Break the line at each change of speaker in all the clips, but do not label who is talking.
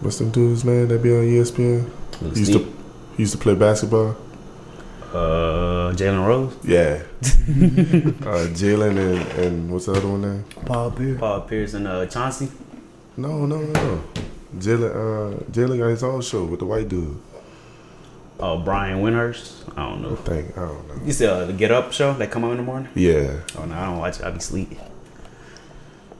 What's the dude's name that be on E ESPN? He used to he used to play basketball.
Uh, Jalen Rose,
Yeah. uh, Jalen and, and what's the other one name?
Paul Pierce.
Paul Pierce, and uh, Chauncey.
No, no, no, no. Jalen uh, Jalen got his own show with the white dude.
Uh, Brian Winhurst. I don't know.
I think I don't know.
You see uh, the Get Up show that come on in the morning?
Yeah.
Oh no, I don't watch it. I be sleepy.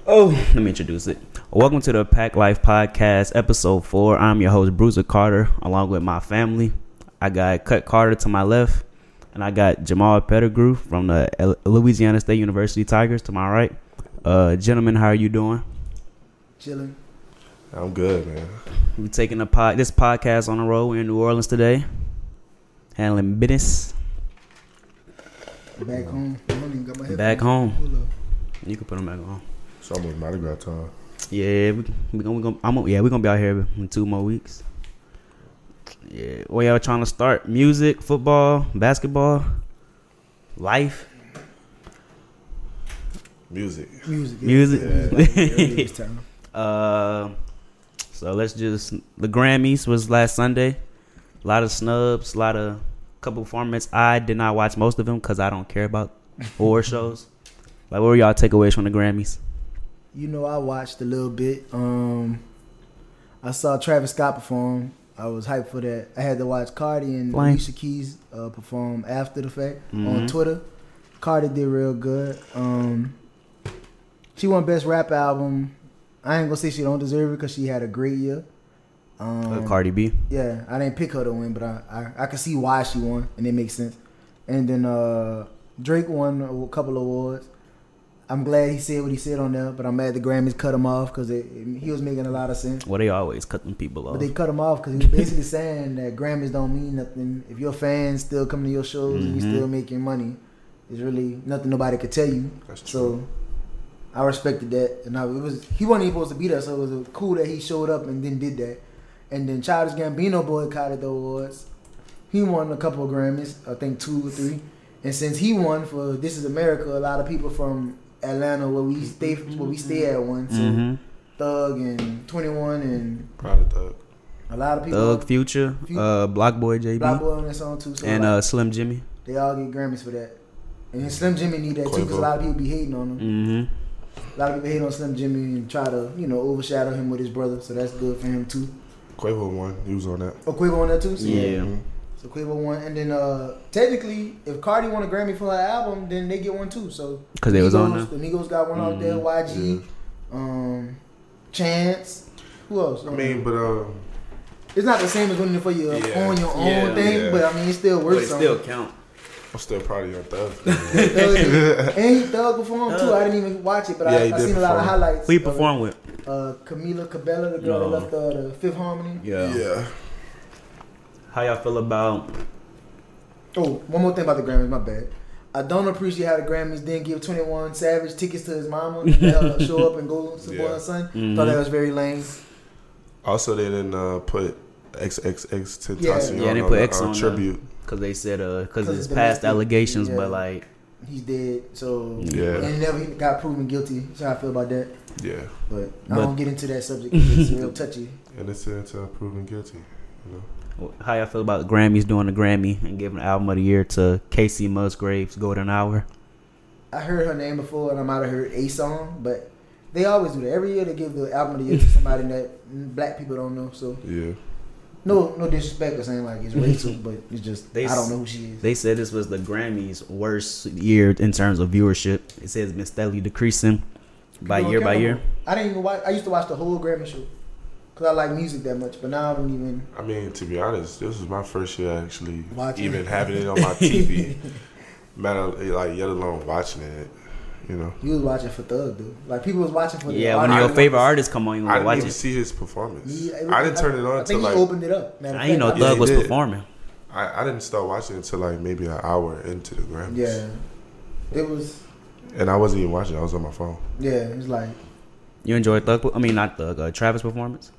Oh, let me introduce it. Welcome to the Pack Life Podcast, episode four. I'm your host, Bruiser Carter, along with my family. I got Cut Carter to my left, and I got Jamal Pettigrew from the L- Louisiana State University Tigers to my right. Uh, gentlemen, how are you doing?
Chilling.
I'm good, man.
We're taking the pod, this podcast on the road. We're in New Orleans today, handling business.
Back home. I don't even got my headphones.
Mm-hmm. Back home.
Hold up.
You can put them back on.
It's almost Mardi Gras time.
Yeah, we, we gonna, we gonna I'm gonna- yeah, we gonna be out here in two more weeks. Yeah, where y'all trying to start? Music, football, basketball, life,
Music.
Music. yeah.
music.
It's time.
uh, so let's just the Grammys was last Sunday. A lot of snubs, a lot of couple performances. I did not watch most of them because I don't care about horror shows. Like, what were y'all takeaways from the Grammys?
You know, I watched a little bit. Um, I saw Travis Scott perform. I was hyped for that. I had to watch Cardi and
Flame.
Alicia Keys uh, perform after the fact on
Mhm.
Twitter. Cardi did real good. Um, she won Best Rap Album. I ain't gonna say she don't deserve it because she had a great year. Um,
Uh, Cardi B.
Yeah, I didn't pick her to win, but I, I I could see why she won, and it makes sense. And then uh, Drake won a couple awards. I'm glad he said what he said on there, but I'm mad the Grammys cut him off because he was making a lot of sense.
Well, they always cut them people off.
But they cut him off because he was basically saying that Grammys don't mean nothing. If your fans still come to your shows and you
Mhm.
still making money, it's really nothing nobody could tell you.
That's true.
So I respected that, and I, it was he wasn't even supposed to be there, so it was cool that he showed up and then did that. And then Childish Gambino boycotted the awards. He won a couple of Grammys, I think two or three. And since he won for This Is America, a lot of people from Atlanta, where we stay, where we stay at one, so
Mhm.
Thug and Twenty One, and
Proud of
a lot of people.
Thug, Future,
Fu-
uh, Block Boy JB,
Black Boy on that song too, so
and
like,
uh, Slim Jimmy.
they all get Grammys for that. And Slim Jimmy need that too, because a
Quavo.
lot of people be hating on him.
Mm-hmm.
A lot of people hate on Slim Jimmy and try to, you know, overshadow him with his brother, so that's good for him too.
Quavo won. He was on that.
Oh, Quavo on that too. So,
Yeah.
Mhm.
So Quavo won, and then uh technically, if Cardi won a Grammy for her album, then they get one too. So
Because they was on there.
Migos- The Migos got one out there.
Mhm.
YG, um, Chance. Who else?
I mean, but um,
it's not the same as winning it for your
Yeah.
on your own
Yeah.
thing,
Yeah.
but I mean, it still works.
count.
I'm still proud of your thug.
and he thug performed too. I didn't even watch it, but
Yeah,
I,
he
I
did
seen a lot of
perform.
highlights.
Who you
of it.
perform with?
Uh, Camila Cabello, the girl
No.
that left uh, the Fifth Harmony.
yeah.
How y'all feel about?
Oh, one more thing about the Grammys, my bad. I don't appreciate how the Grammys didn't give 21 Savage tickets to his mama and let her show up and go support
Yeah.
her son.
Mhm.
Thought that was very lame.
Also, they didn't uh, put XXX
Yeah.
Tentacion
Yeah, they
on
put
the,
X
uh,
on there.
tribute.
Because they said uh, because
'Cause
it's
it's
past
domestic.
allegations,
Yeah.
but like
He's dead, so
Yeah.
and never got proven guilty. That's how I feel about that.
Yeah,
But, I
But-
don't get into that subject. 'cause It's real touchy.
innocent until proven guilty. You know,
how y'all feel about the Grammys doing the Grammy and giving album of the year to Casey Musgraves Golden Hour.
I heard her name before, and I might have heard a song, but they always do that. Every year they give the album of the year to somebody that mm, black people don't know. So
yeah.
no, no disrespect or saying like it's racial, but it's just
They
I
s-
don't know who she is.
They said this was the Grammys' worst year in terms of viewership. It says it's been steadily decreasing by
You don't
year by
care no
year.
more. I didn't even watch. I used to watch the whole Grammy show because I like music that much, but now I don't even.
I mean, to be honest, this is my first year actually
Watching
even
it.
having it on my TV. Matter like yet alone watching it. You know,
You was watching for Thug, dude. Like people was watching for.
Yeah,
the
when
I
your
didn't
favorite
watch-
artists come on, you
I
gonna
didn't
watch
even
it.
see his performance.
Yeah, it was-
I didn't turn it
I
on
think
till
he
like
opened it up. Matter of
I didn't know
fact,
Yeah,
Thug
he
was
did.
performing.
I, I didn't start watching it until like maybe an hour into the Grammys.
Yeah, it was.
and I wasn't even watching. I was on my phone.
Yeah, it was like
You enjoyed Thug? I mean, not Thug. Uh, Travis performance.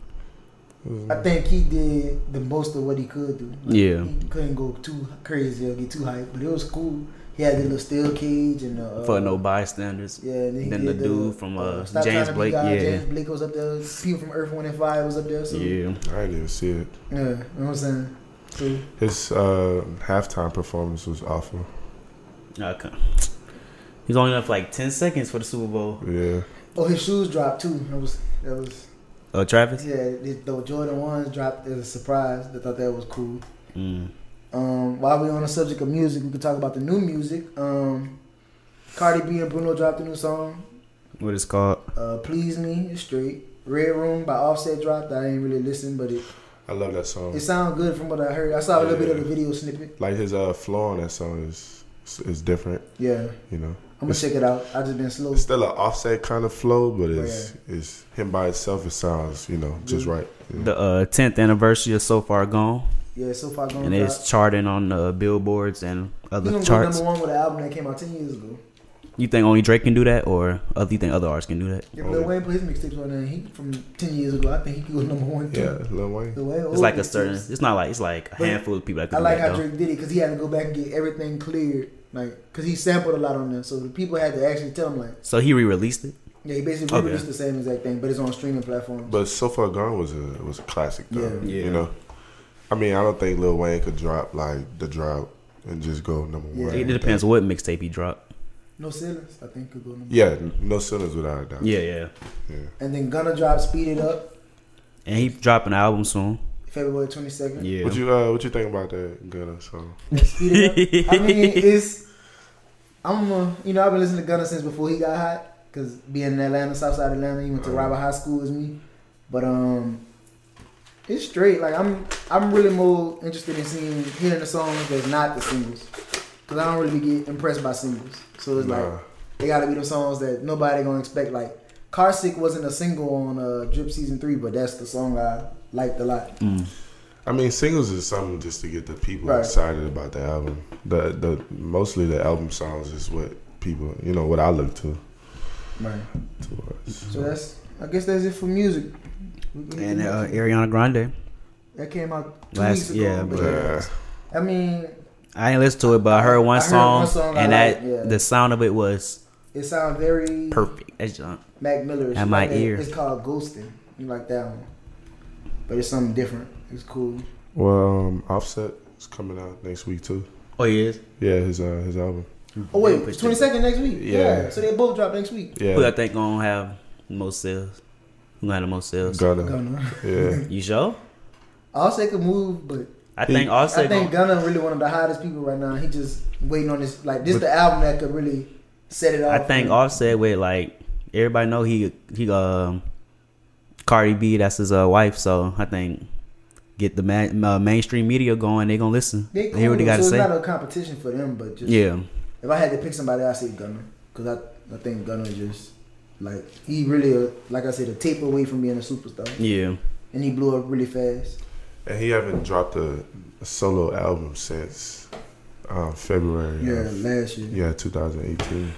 I think he did the most of what he could do. Like,
Yeah.
he couldn't go too crazy or get too hyped, but it was cool. He had the little steel cage and the, uh,
for no bystanders.
Yeah, and then, he
Then
did
the dude from, uh,
Stop
James
Trying to Be
Blake,
God,
yeah.
James Blake was up there. People from Earth, Wind, and Fire was up there. So, yeah,
Yeah.
I didn't even see it.
you know what I'm saying. So,
His uh, halftime performance was awful.
Okay. He's only left like ten seconds for the Super Bowl.
Yeah.
oh, his shoes dropped too. That was that was
Uh, Travis.
yeah. The, the Jordan ones dropped as a surprise. I thought that was cool.
Mm.
Um, while we're on the subject of music, we can talk about the new music. Um, Cardi B and Bruno dropped a new song.
What it's called?
Uh, Please Me, it's straight. Red Room by Offset dropped. I didn't really listen, but it,
I love that song.
Oh.
it sounded good from what I heard. I saw a little bit of
Yeah.
the video snippet.
like his uh, flow on that song is is different.
Yeah,
You know,
I'm gonna
It's-
check it out. I just been slow.
it's still an offset kind of flow, but it's it's him by itself. It sounds you know just right. Yeah.
The uh, 10th anniversary is so far gone,
Yeah, so far going.
and it's charting on the billboards and
Oh you
other
know,
charts.
number one with an album that came out ten years ago.
You think only Drake can do that, or other, you think other artists can do that?
If Lil
Oh.
Wayne put his mixtapes on there, he from ten years ago. I think he could go number one too.
yeah, Lil Wayne.
Lil Wayne
It's
old
like a
mixtapes.
certain. It's not like it's like a
But
handful of people that can
I
do
like
that.
how
though.
Drake did it because he had to go back and get everything cleared, like because he sampled a lot on there, so the people had to actually tell him like,
So he re-released it.
yeah, he basically
Okay.
released the same exact thing, but it's on streaming platforms.
But so far gone was a was a classic though.
Yeah. Yeah.
You know, I mean, I don't think Lil Wayne could drop like the drop and just go number
Yeah.
one.
It depends what mixtape he dropped.
no ceilings, I think could go number.
Yeah, no sinners without a doubt.
Yeah, yeah.
yeah.
And then Gunna drop Speed It Up
And he dropping an album soon.
February twenty second.
Yeah.
What you uh, what you think about that Gunna song?
Speed It Up. I mean, it's I'm uh, you know I've been listening to Gunna since before he got hot because being in Atlanta, Southside Atlanta, he went to Robert High School as me, but um. It's straight. Like I'm, I'm really more interested in seeing hearing the songs that's not the singles, cause I don't really get impressed by singles. So it's like
Nah.
They gotta be the songs that nobody gonna expect. Like Carsick wasn't a single on uh, Drip season three, but that's the song I liked a lot.
Mm.
I mean, singles is something just to get the people
Right.
excited about the album. The the mostly the album songs is what people you know what I look to
Right.
towards.
So that's I guess that's it for music.
And uh, Ariana Grande.
that came out two
last-
weeks ago.
yeah,
but
but, uh,
I mean,
I ain't listened to it, but I heard one
I heard
song,
one song I
and
like,
that
yeah.
the sound of it was
it sounds very
perfect. That's just-
Mac Miller.
At my ear.
It's called Ghosting. You like that one? But it's something different. It's cool.
well, um, Offset is coming out next week too.
Oh, he is.
Yeah, his uh, his album.
Oh wait,
Push
twenty second next week. Yeah.
Yeah.
So they both drop next week.
Yeah,
Who I think gonna have the most sales? Who gonna have the most sales?
Gunna.
Gunna.
Yeah,
You sure?
Offset could move, but
I
He-
think also.
I think Gunna really one of the hottest people right now. He just waiting on this like this
But-
the album that could really set it off.
I think Offset with like everybody know he he um Cardi B that's his uh, wife so I think get the ma- uh, mainstream media going they gonna listen
they
they
cool,
hear what they
so
gotta
it's
say
not a competition for them, but just
yeah
if I had to pick somebody, I say Gunna because I I think Gunna just like he really uh, like I said a tape away from being a superstar,
yeah
and he blew up really fast.
and he haven't dropped a, a solo album since uh, February.
Yeah,
of-
last year
yeah, 2018.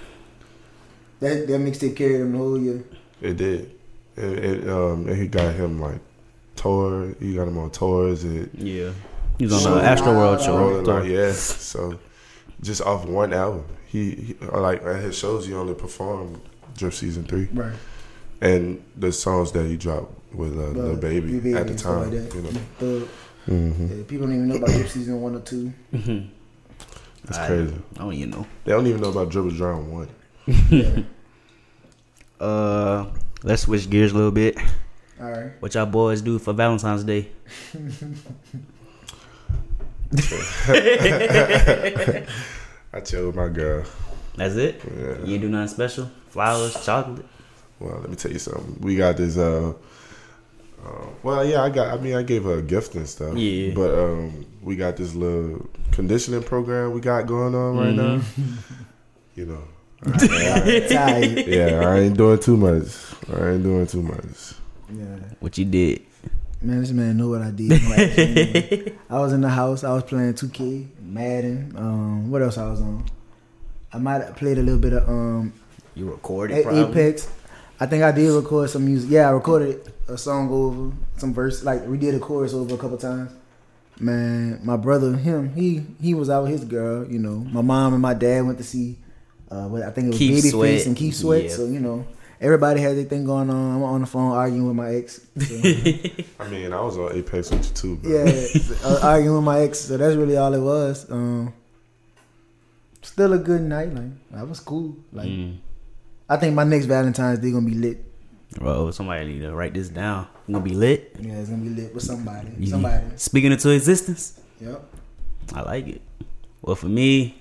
that that mixtape carried him the whole year.
It did. It, it um, and he got him like tour. He got him on tours. It
yeah he's on
Rolling
the Astro World
Loud.
show
Rolling Loud, yeah. So just off one album, he, he like at his shows he only performed Drip Season Three,
Right.
and the songs that he dropped with uh,
But
Lil Baby,
Lil Baby
at the
and stuff
time.
like that.
you know,
Thug.
hmm
Yeah, people don't even know about Drip season one or two.
Mhm.
it's
I-
crazy.
I don't even know
They don't even know about Dribble Drown One.
Yeah.
uh let's switch gears a little bit
All right.
what y'all boys do for Valentine's Day
I chill with my girl.
that's it
Yeah.
you do nothing special flowers chocolate
Well, let me tell you something. We got this. Uh, uh, well, yeah, I got. I mean, I gave her a gift and stuff.
Yeah.
But um, we got this little conditioning program we got going on right now.
Mm-hmm.
You know.
Tired.
Yeah, I ain't doing too much. I ain't doing too much.
Yeah.
what you did
Man, this man know what I did. Like,
Mm-hmm.
genuinely. I was in the house. I was playing 2K, Madden. Um, what else I was on? I might have played a little bit of um,
you recorded
A-
E
probably
Apex. I think I did record some music. Yeah, I recorded a song over some verse. Like we did a chorus over a couple times. Man, my brother, him, he he was out with his girl. You know, my mom and my dad went to see. Uh, what I think it was
Keith
Babyface
Sweat.
and Keep Sweat.
Yeah.
So you know, everybody had their thing going on. I'm on the phone arguing with my ex. So,
I mean, I was on Apex with you too, bro.
yeah, uh, arguing with my ex. So that's really all it was. Um, still a good night. Like that was cool. Like
Mm.
I think my next Valentine's Day gonna be lit.
Bro, somebody need to write this down. I'm gonna be lit.
Yeah, it's gonna be lit with somebody. Somebody.
Speaking into existence.
Yep.
I like it. Well, for me,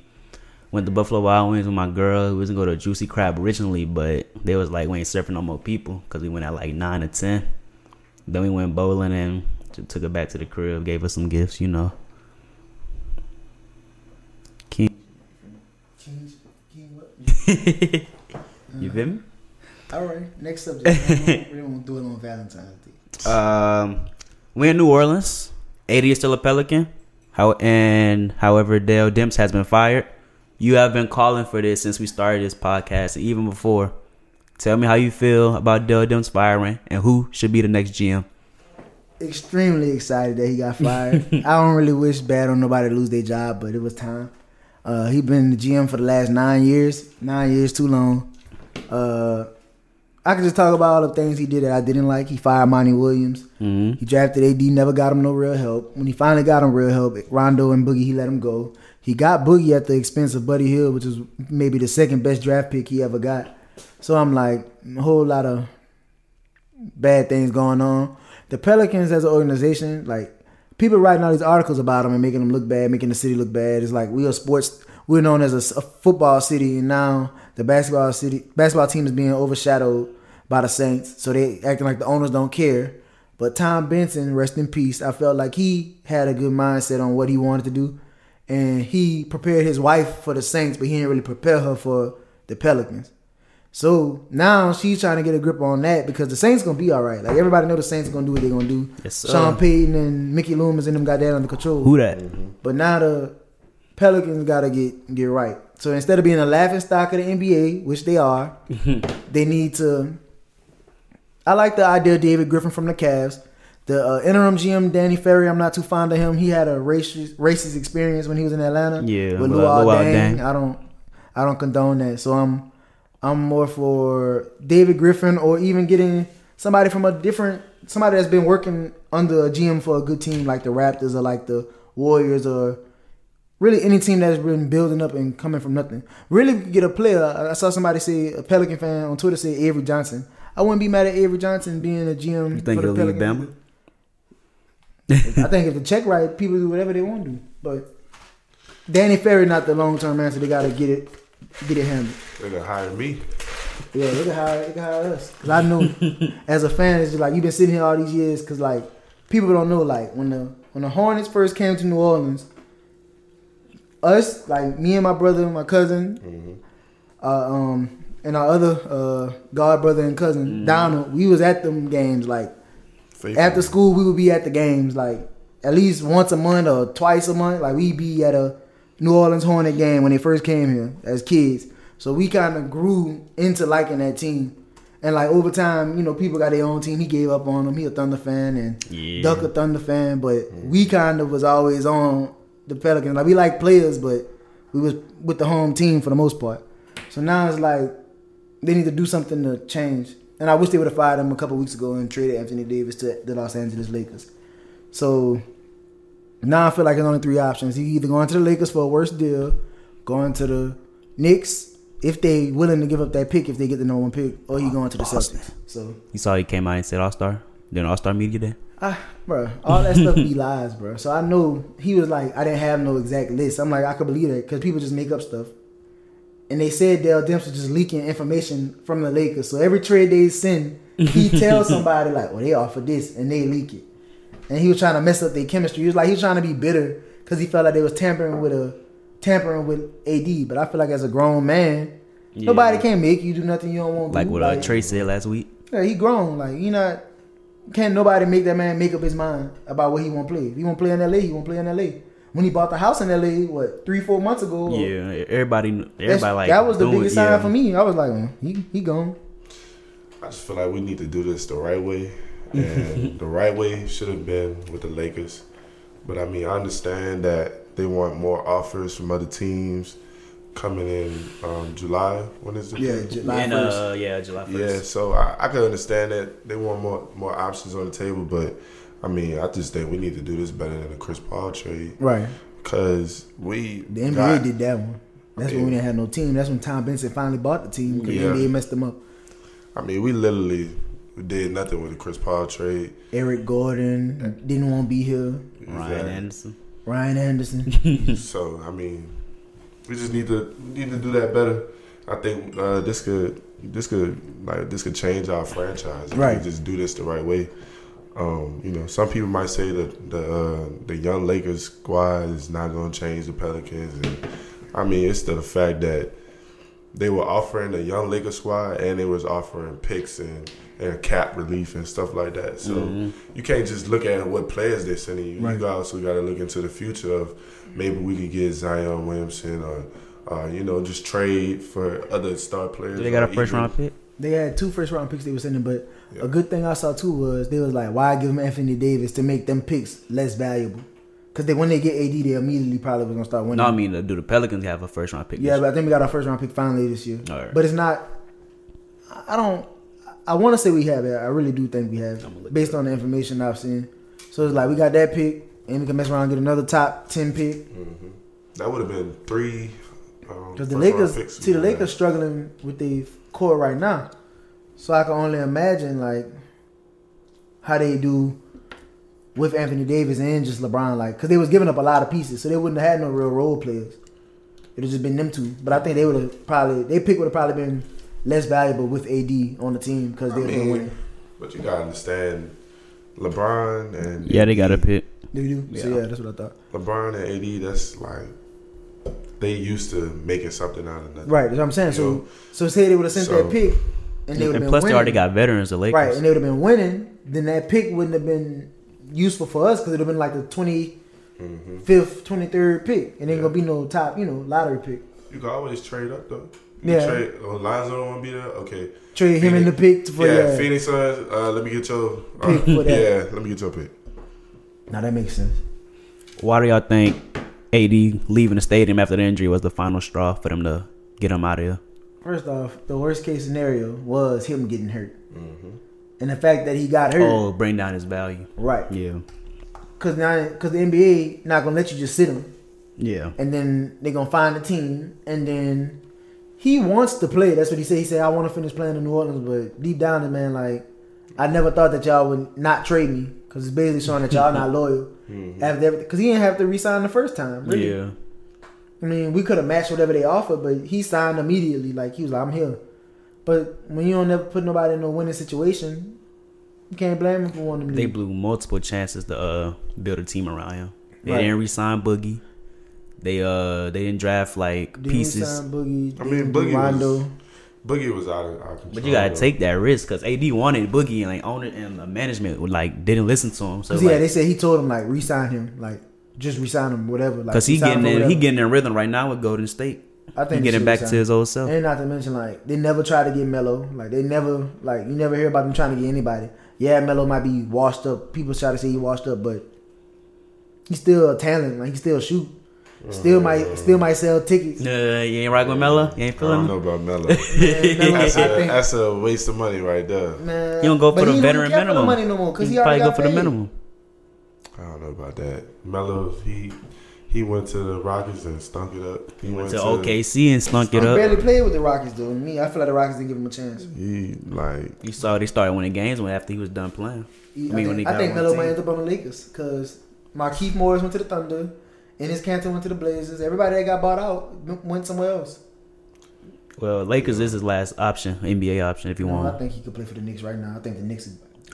went to Buffalo Wild Wings with my girl. We was gonna go to Juicy Crab originally, but they was like, we ain't surfing no more people because we went at like nine or ten. Then we went bowling and t- took it back to the crib. Gave us some gifts, you know. King,
King, King what?
you feel me?
All right. Next subject. we don't want to do it on Valentine's Day.
Um, we're in New Orleans. 80 is still a Pelican. How and however Dale Demps has been fired. You have been calling for this since we started this podcast, and even before. Tell me how you feel about Dale Demps firing, and who should be the next GM.
Extremely excited that he got fired. I don't really wish bad on nobody to lose their job, but it was time. Uh, he been the GM for the last nine years. Nine years too long. Uh, I could just talk about all the things he did that I didn't like. He fired Monty Williams.
Mm-hmm.
He drafted AD, never got him no real help. When he finally got him real help, Rondo and Boogie, he let him go. He got Boogie at the expense of Buddy Hill, which is maybe the second best draft pick he ever got. So I'm like, a whole lot of bad things going on. The Pelicans as an organization, like people writing all these articles about them and making them look bad, making the city look bad. It's like we are sports. We're known as a s- a, football city, and now the basketball city basketball team is being overshadowed by the Saints. So they acting like the owners don't care. But Tom Benson, rest in peace. I felt like he had a good mindset on what he wanted to do, and he prepared his wife for the Saints, but he didn't really prepare her for the Pelicans. So now she's trying to get a grip on that because the Saints gonna be all right. Like everybody know the Saints gonna do what they're gonna do.
Yes, sir.
Sean Payton and Mickey Loomis and them got that under control.
Who that?
But now the Pelicans gotta get get right. So instead of being a laughing stock of the NBA, which they are, they need to. I like the idea of David Griffin from the Cavs. The uh, interim GM Danny Ferry, I'm not too fond of him. He had a racist racist experience when he was in Atlanta.
Yeah,
with
Lu-
Luau
Luau
Deng.
Deng.
I don't I don't condone that. So I'm I'm more for David Griffin or even getting somebody from a different somebody that's been working under a GM for a good team like the Raptors or like the Warriors or really any team that's been building up and coming from nothing. Really get a player. I I saw somebody say a Pelican fan on Twitter said Avery Johnson. I wouldn't be mad at Avery Johnson being a GM.
You think
for
he'll
the
leave
Pelicans.
Bama?
I think if the check right, people do whatever they want to do. But Danny Ferry not the long term answer. They gotta get it, get it handled.
They gonna hire me.
Yeah, they can hire, they can hire us. Cause I know, as a fan, it's just like you've been sitting here all these years. Cause like people don't know, like when the when the Hornets first came to New Orleans, us like me and my brother, my cousin, uh, um, and our other uh, god brother and cousin Donald, we was at them games. Like
Faithful.
after school, we would be at the games. Like at least once a month or twice a month. Like we be at a New Orleans Hornet game when they first came here as kids. So we kind of grew into liking that team. And like over time, you know, people got their own team. He gave up on them. He a Thunder fan and
Yeah.
Duck a Thunder fan, but we kind of was always on the Pelicans. Like we like players, but we was with the home team for the most part. So now it's like they need to do something to change. And I wish they would have fired him a couple weeks ago and traded Anthony Davis to the Los Angeles Lakers. So now I feel like it's only three options. He either going to the Lakers for a worse deal, going to the Knicks if they willing to give up that pick if they get the number one pick, or he going to the
Boston.
Celtics. So
You saw he came out and said All Star during All Star Media Day.
Ah, bro, all that stuff be lies, bro. So I know he was like, I didn't have no exact list. I'm like, I could believe that because people just make up stuff. And they said Dale Demps was just leaking information from the Lakers. So every trade they send, he tells somebody like, "Well, they offered this," and they leak it. And he was trying to mess up their chemistry. He was like, he was trying to be bitter because he felt like they was tampering with a tampering with AD. But I feel like as a grown man, nobody can make you do nothing you don't want. to
Like
do.
what uh, Trey said last week.
Yeah, he grown. Like he not. Can't nobody make that man make up his mind about what he want to play. If he want to play in L.A., he want to play in L.A. When he bought the house in L.A., what three, four months ago? or-
Yeah, everybody, everybody
that's-
like
that was the
doing-
biggest
yeah.
sign for me. I was like, mm, he he gone.
I just feel like we need to do this the right way, and the right way should have been with the Lakers. But I mean, I understand that they want more offers from other teams coming in um, July. When is it?
Yeah, July
and,
first.
uh, yeah, July first.
Yeah, so I, I can understand that they want more more options on the table, but I mean, I just think we need to do this better than the Chris Paul trade
right.
because we
The NBA
got-
did that one. That's when we didn't have no team. That's when Tom Benson finally bought the team because
Yeah.
the NBA messed them up.
I mean, we literally did nothing with the Chris Paul trade.
Eric Gordon didn't want to be here.
Ryan Anderson.
Ryan Anderson.
So I mean, we just need to we need to do that better. I think uh, this could this could like this could change our franchise. If
Right.
We just do this the right way. Um, you know, some people might say that the uh, the young Lakers squad is not going to change the Pelicans. And, I mean, it's the fact that they were offering the young Lakers squad and they was offering picks and, and cap relief and stuff like that. So
Mm-hmm.
you can't just look at what players they're sending you.
Right.
You also got to look into the future of maybe we could get Zion Williamson or, uh, you know, just trade for other star players.
Do they got a
or
first
even-
round pick?
they had two first round picks they were sending, but
Yeah.
a good thing I saw too was they was like, why give them Anthony Davis to make them picks less valuable? Because they when they get AD, they immediately probably was gonna start winning.
No, I mean, uh, do the Pelicans have a first round pick?
Yeah,
this
but I think we got our first round pick finally this year.
All right.
But it's not. I- I don't. I want to say we have it. I really do think we have,
I'ma look
it, based on the information I've seen. So it's like we got that pick, and we can mess around and get another top ten pick.
That would have been three. um,
Because the
first-round
Lakers,
picks we
see, the
would've
Lakers struggling with the core right now. So I can only imagine like how they do with Anthony Davis and just LeBron, like because they was giving up a lot of pieces, so they wouldn't have had no real role players. It'd have just been them two. But I think they would have probably they pick would have probably been less valuable with AD on the team because
I
they would have been
mean,
winning.
But you gotta understand, LeBron and
Yeah, they got a pick.
They do. So
Yeah.
yeah, that's what I thought.
LeBron and AD. That's like they used to making something out of nothing.
Right. That's what I'm saying. So so say they would have sent
So-
that pick, and they would
And
have been
plus,
winning.
they already got veterans. The Lakers.
Right, and they would have been winning, then that pick wouldn't have been useful for us because it would have been like the 25th,
Mm-hmm.
23rd pick. It ain't going to be no top, you know, lottery pick.
You can always trade up though. You
Yeah.
yeah. Trade, oh, Lonzo don't want to be there. Okay.
Trade him in the pick for
yeah,
yeah.
Phoenix Suns. Uh, let me get your
Pick
uh,
for that.
Yeah, let me get your pick.
Now that makes sense.
Why do y'all think AD leaving the stadium after the injury was the final straw for them to get him out of here?
First off, the worst case scenario was him getting hurt. And the fact that he got hurt,
Oh, bring down his value.
right?
Yeah,
Because now, because the NBA not gonna let you just sit him,
yeah.
and then they gonna find a team, and then he wants to play. That's what he said. He said, "I want to finish playing in New Orleans," but deep down, the man, like, I never thought that y'all would not trade me because it's basically showing that y'all not loyal after everything. Because he didn't have to resign the first time, really.
Mm-hmm. Yeah,
I mean, we could have matched whatever they offered, but he signed immediately. Like he was like, "I'm here." But when you don't never put nobody in a winning situation, you can't blame him for wanting to
they
leave.
blew multiple chances to uh, build a team around him. They
Right.
didn't resign Boogie. They uh they didn't draft like
They
pieces.
signed Boogie.
I
they
mean,
blew
Boogie was-
Rondo.
Boogie was out of our control.
But you gotta
though.
take that risk because AD wanted Boogie and like owner and the management would, like didn't listen to him. So
Cause
like,
yeah, they said he told him like resign him, like just resign him, whatever. Like,
Cause he
resign him
getting
or
in, he
whatever.
getting in rhythm right now with Golden State.
I
He
think they
getting
should
back to
resign
his
him.
old self.
And not to mention like they never try to get Melo. Like they never like you never hear about them trying to get anybody. Yeah, Melo might be washed up. People try to say he washed up, but he's still a talent. Like he still shoot. Still might still might sell tickets.
Uh, you ain't right with Melo. You ain't
I don't
feeling.
know
him?
about Melo.
Man, Melo, I
that's, a,
think-
that's a waste of money right there.
man,
You don't go for
but
the
he don't
veteran
care for the
minimum.
money no more because
He
he
probably
already
go
got
for the
paid.
minimum.
I don't know about that. Melo, he he went to the Rockets and stunk it up. He
Went to OKC and stunk it
He
up.
barely played with the Rockets though. Me, I feel like the Rockets didn't give him a chance.
He like
You saw they started winning games when after he was done playing.
I,
I mean, when he
think,
got
I think
on the
Melo
team.
might end up on the Lakers because Markeith Morris went to the Thunder, and his Canton went to the Blazers. Everybody that got bought out m- went somewhere else.
Well, Lakers is his last option, NBA option, if you
No, I
want.
think he could play for the Knicks right now. I think the Knicks.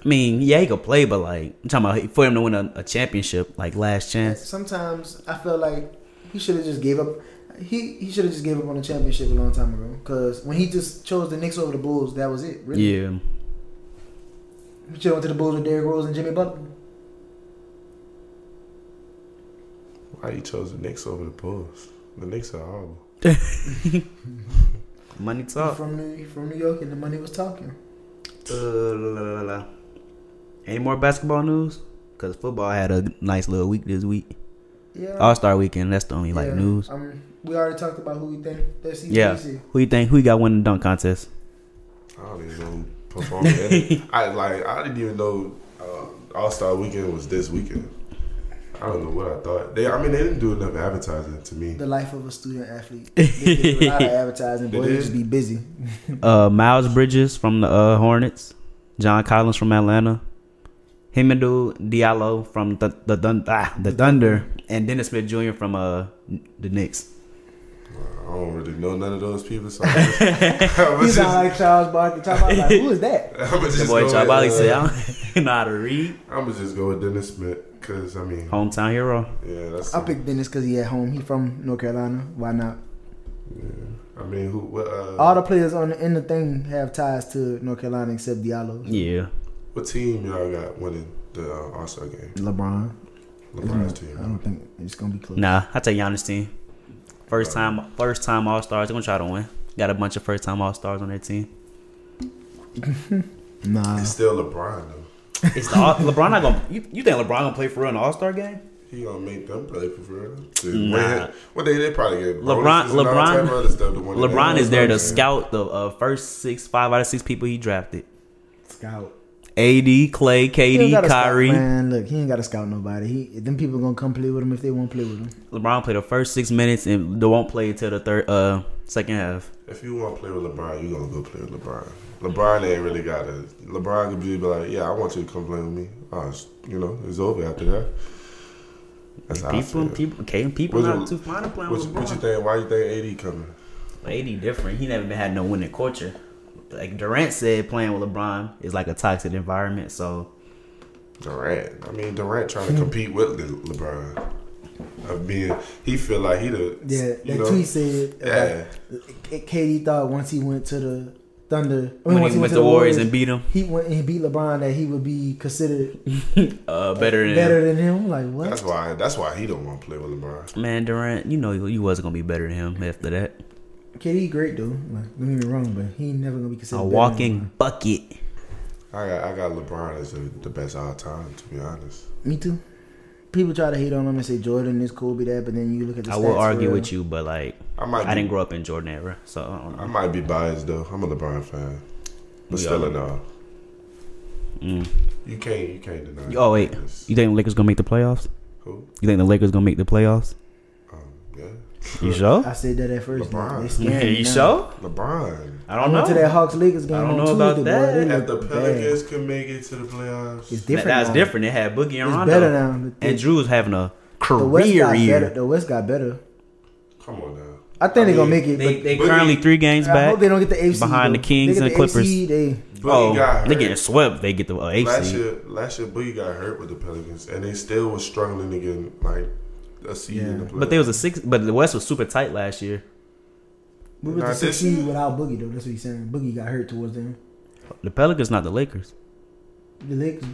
I mean, yeah, he could play, but like I'm talking about for him to win a, a championship, like last chance.
Sometimes I feel like he should have just gave up. He he should have just gave up on the championship a long time ago. Because when he just chose the Knicks over the Bulls, that was it. Really.
Yeah,
He should have went to the Bulls with Derrick Rose and Jimmy Butler.
why he chose the Knicks over the Bulls. The Knicks are horrible.
money
He
talk. Oh.
From New he from New York, and the money was talking.
Uh, la, la, la, la. Any more basketball news? Because football had a nice little week this week.
Yeah.
All Star Weekend. That's the only like
yeah.
news.
Um, we already talked about who we think that's
Yeah.
CBC.
Who you think? Who you got winning the dunk contest?
I don't even know who performed. it. I like. I didn't even know uh, All Star Weekend was this weekend. I don't know what I thought. They, I mean, they didn't do enough advertising to me.
The life of a student athlete. They did a lot of advertising,
They
boy. They
did.
just be busy.
Uh, Miles Bridges from the uh, Hornets. John Collins from Atlanta. Himadu Diallo from the the, Thun- ah, the Thunder and Dennis Smith Jr. from uh the Knicks.
I don't really know none of those people. So I'm just, I'm
He's
just,
not like Charles Barkley. Talking about like, who is that?
I'm just
The boy
go
Chabali
with,
said,
uh,
"I don't know how to read."
I'm gonna just go with Dennis Smith because I mean,
Hometown hero.
yeah, that's.
I picked Dennis because he at home. He from North Carolina. Why not?
I mean, who? What, uh,
All the players on the, in the thing have ties to North Carolina except Diallo.
Yeah.
what team y'all got winning the uh, All Star game?
LeBron. Mm-hmm.
LeBron's
I
team.
don't think it's gonna be close.
Nah, I take Giannis team. First time, first time All Stars. They're gonna try to win. Got a bunch of first time All Stars on their team.
Nah.
It's still LeBron though.
It's the all, LeBron not gonna. You, you think LeBron gonna play for real in an All Star game?
He gonna make them play for real.
Nah.
Nah. Well, they they probably get
LeBron-
bonuses and all
LeBron-
type of other stuff to win the
LeBron is
All-Star
there to
game.
scout the uh, first six, five out of six people he drafted.
Scout.
AD, Clay,
He ain't
KD,
gotta scout,
Kyrie.
man, look, he ain't got to scout nobody. He, them people gonna come play with him if they want to play with him.
LeBron played the first six minutes and they won't play until the third, uh, second half.
If you want to play with LeBron, you gonna go play with LeBron. LeBron ain't really got to. LeBron could be like, "Yeah, I want you to come play with me." Oh, it's- you know, it's over after that. That's how I
people,
feel.
people, okay, people
What's
not
it-
too fond of playing
What
with
you, what you
LeBron.
think? Why you think AD coming?
AD different. He never been had no winning culture. Like Durant said, playing with LeBron is like a toxic environment. So
Durant. I mean, Durant trying
Hmm.
to compete with Le- LeBron. Of being, he feel like he the
Yeah, that
you know,
tweet said.
Yeah.
Like, KD thought once he went to the Thunder, I mean,
when
once
he went to Warriors and beat him,
he went and beat LeBron, that he would be considered
uh, better than
better than him. Like what?
That's why. That's why he don't want to play with LeBron.
man Durant. You know you wasn't gonna be better than him after that.
KD great though. Like, don't get me wrong, but he ain't never gonna be considered.
A
better than
walking bucket.
I got I got LeBron as the, the best all time. To be honest,
LeBron. Me too. People try to hate on him and say Jordan is Kobe that, but then you look at the
I
stats
will
for
argue
real.
with you, but like
I might.
I
be,
didn't grow up in Jordan era, so I don't
I
know.
might be biased though. I'm a LeBron fan, but
We
still
are.
no.
Mm.
You can't. You can't deny.
Oh, wait.
this.
You think the Lakers gonna make the playoffs?
Who?
You think the Lakers gonna make the playoffs?
Um, yeah.
You sure?
I said that at first.
LeBron.
They
Yeah,
scared me
you
now.
sure?
LeBron.
I
I
don't know.
went to that Hawks Lakers game.
I don't
on
know about
Tuesday,
that.
Boy. They
If the
looked bad.
Pelicans can make it to the playoffs,
It's
That-
different.
That's
now.
different. It had Boogie and
It's
Rondo,
better now. The,
and Drew was having a
the West
career
got better.
year.
The West got better.
come on now.
I think they're gonna
mean,
make it.
They,
but
they
Boogie-
currently three games
I
back.
hope they don't get the AFC
behind the
though.
Kings
They get
and Clippers.
AFC, they
Boogie
Oh,
got
they
hurt.
getting swept. They get the uh,
Last
AC.
year, last year, Boogie got hurt with the Pelicans, and they still was struggling to get like a seed in the
Yeah.
playoffs.
But they was a six. But the West was super tight last year.
we was
Nah,
the
this-
six seed without Boogie though. That's what he's saying. Boogie got hurt towards them.
The Pelicans, not the Lakers.
The Lakers,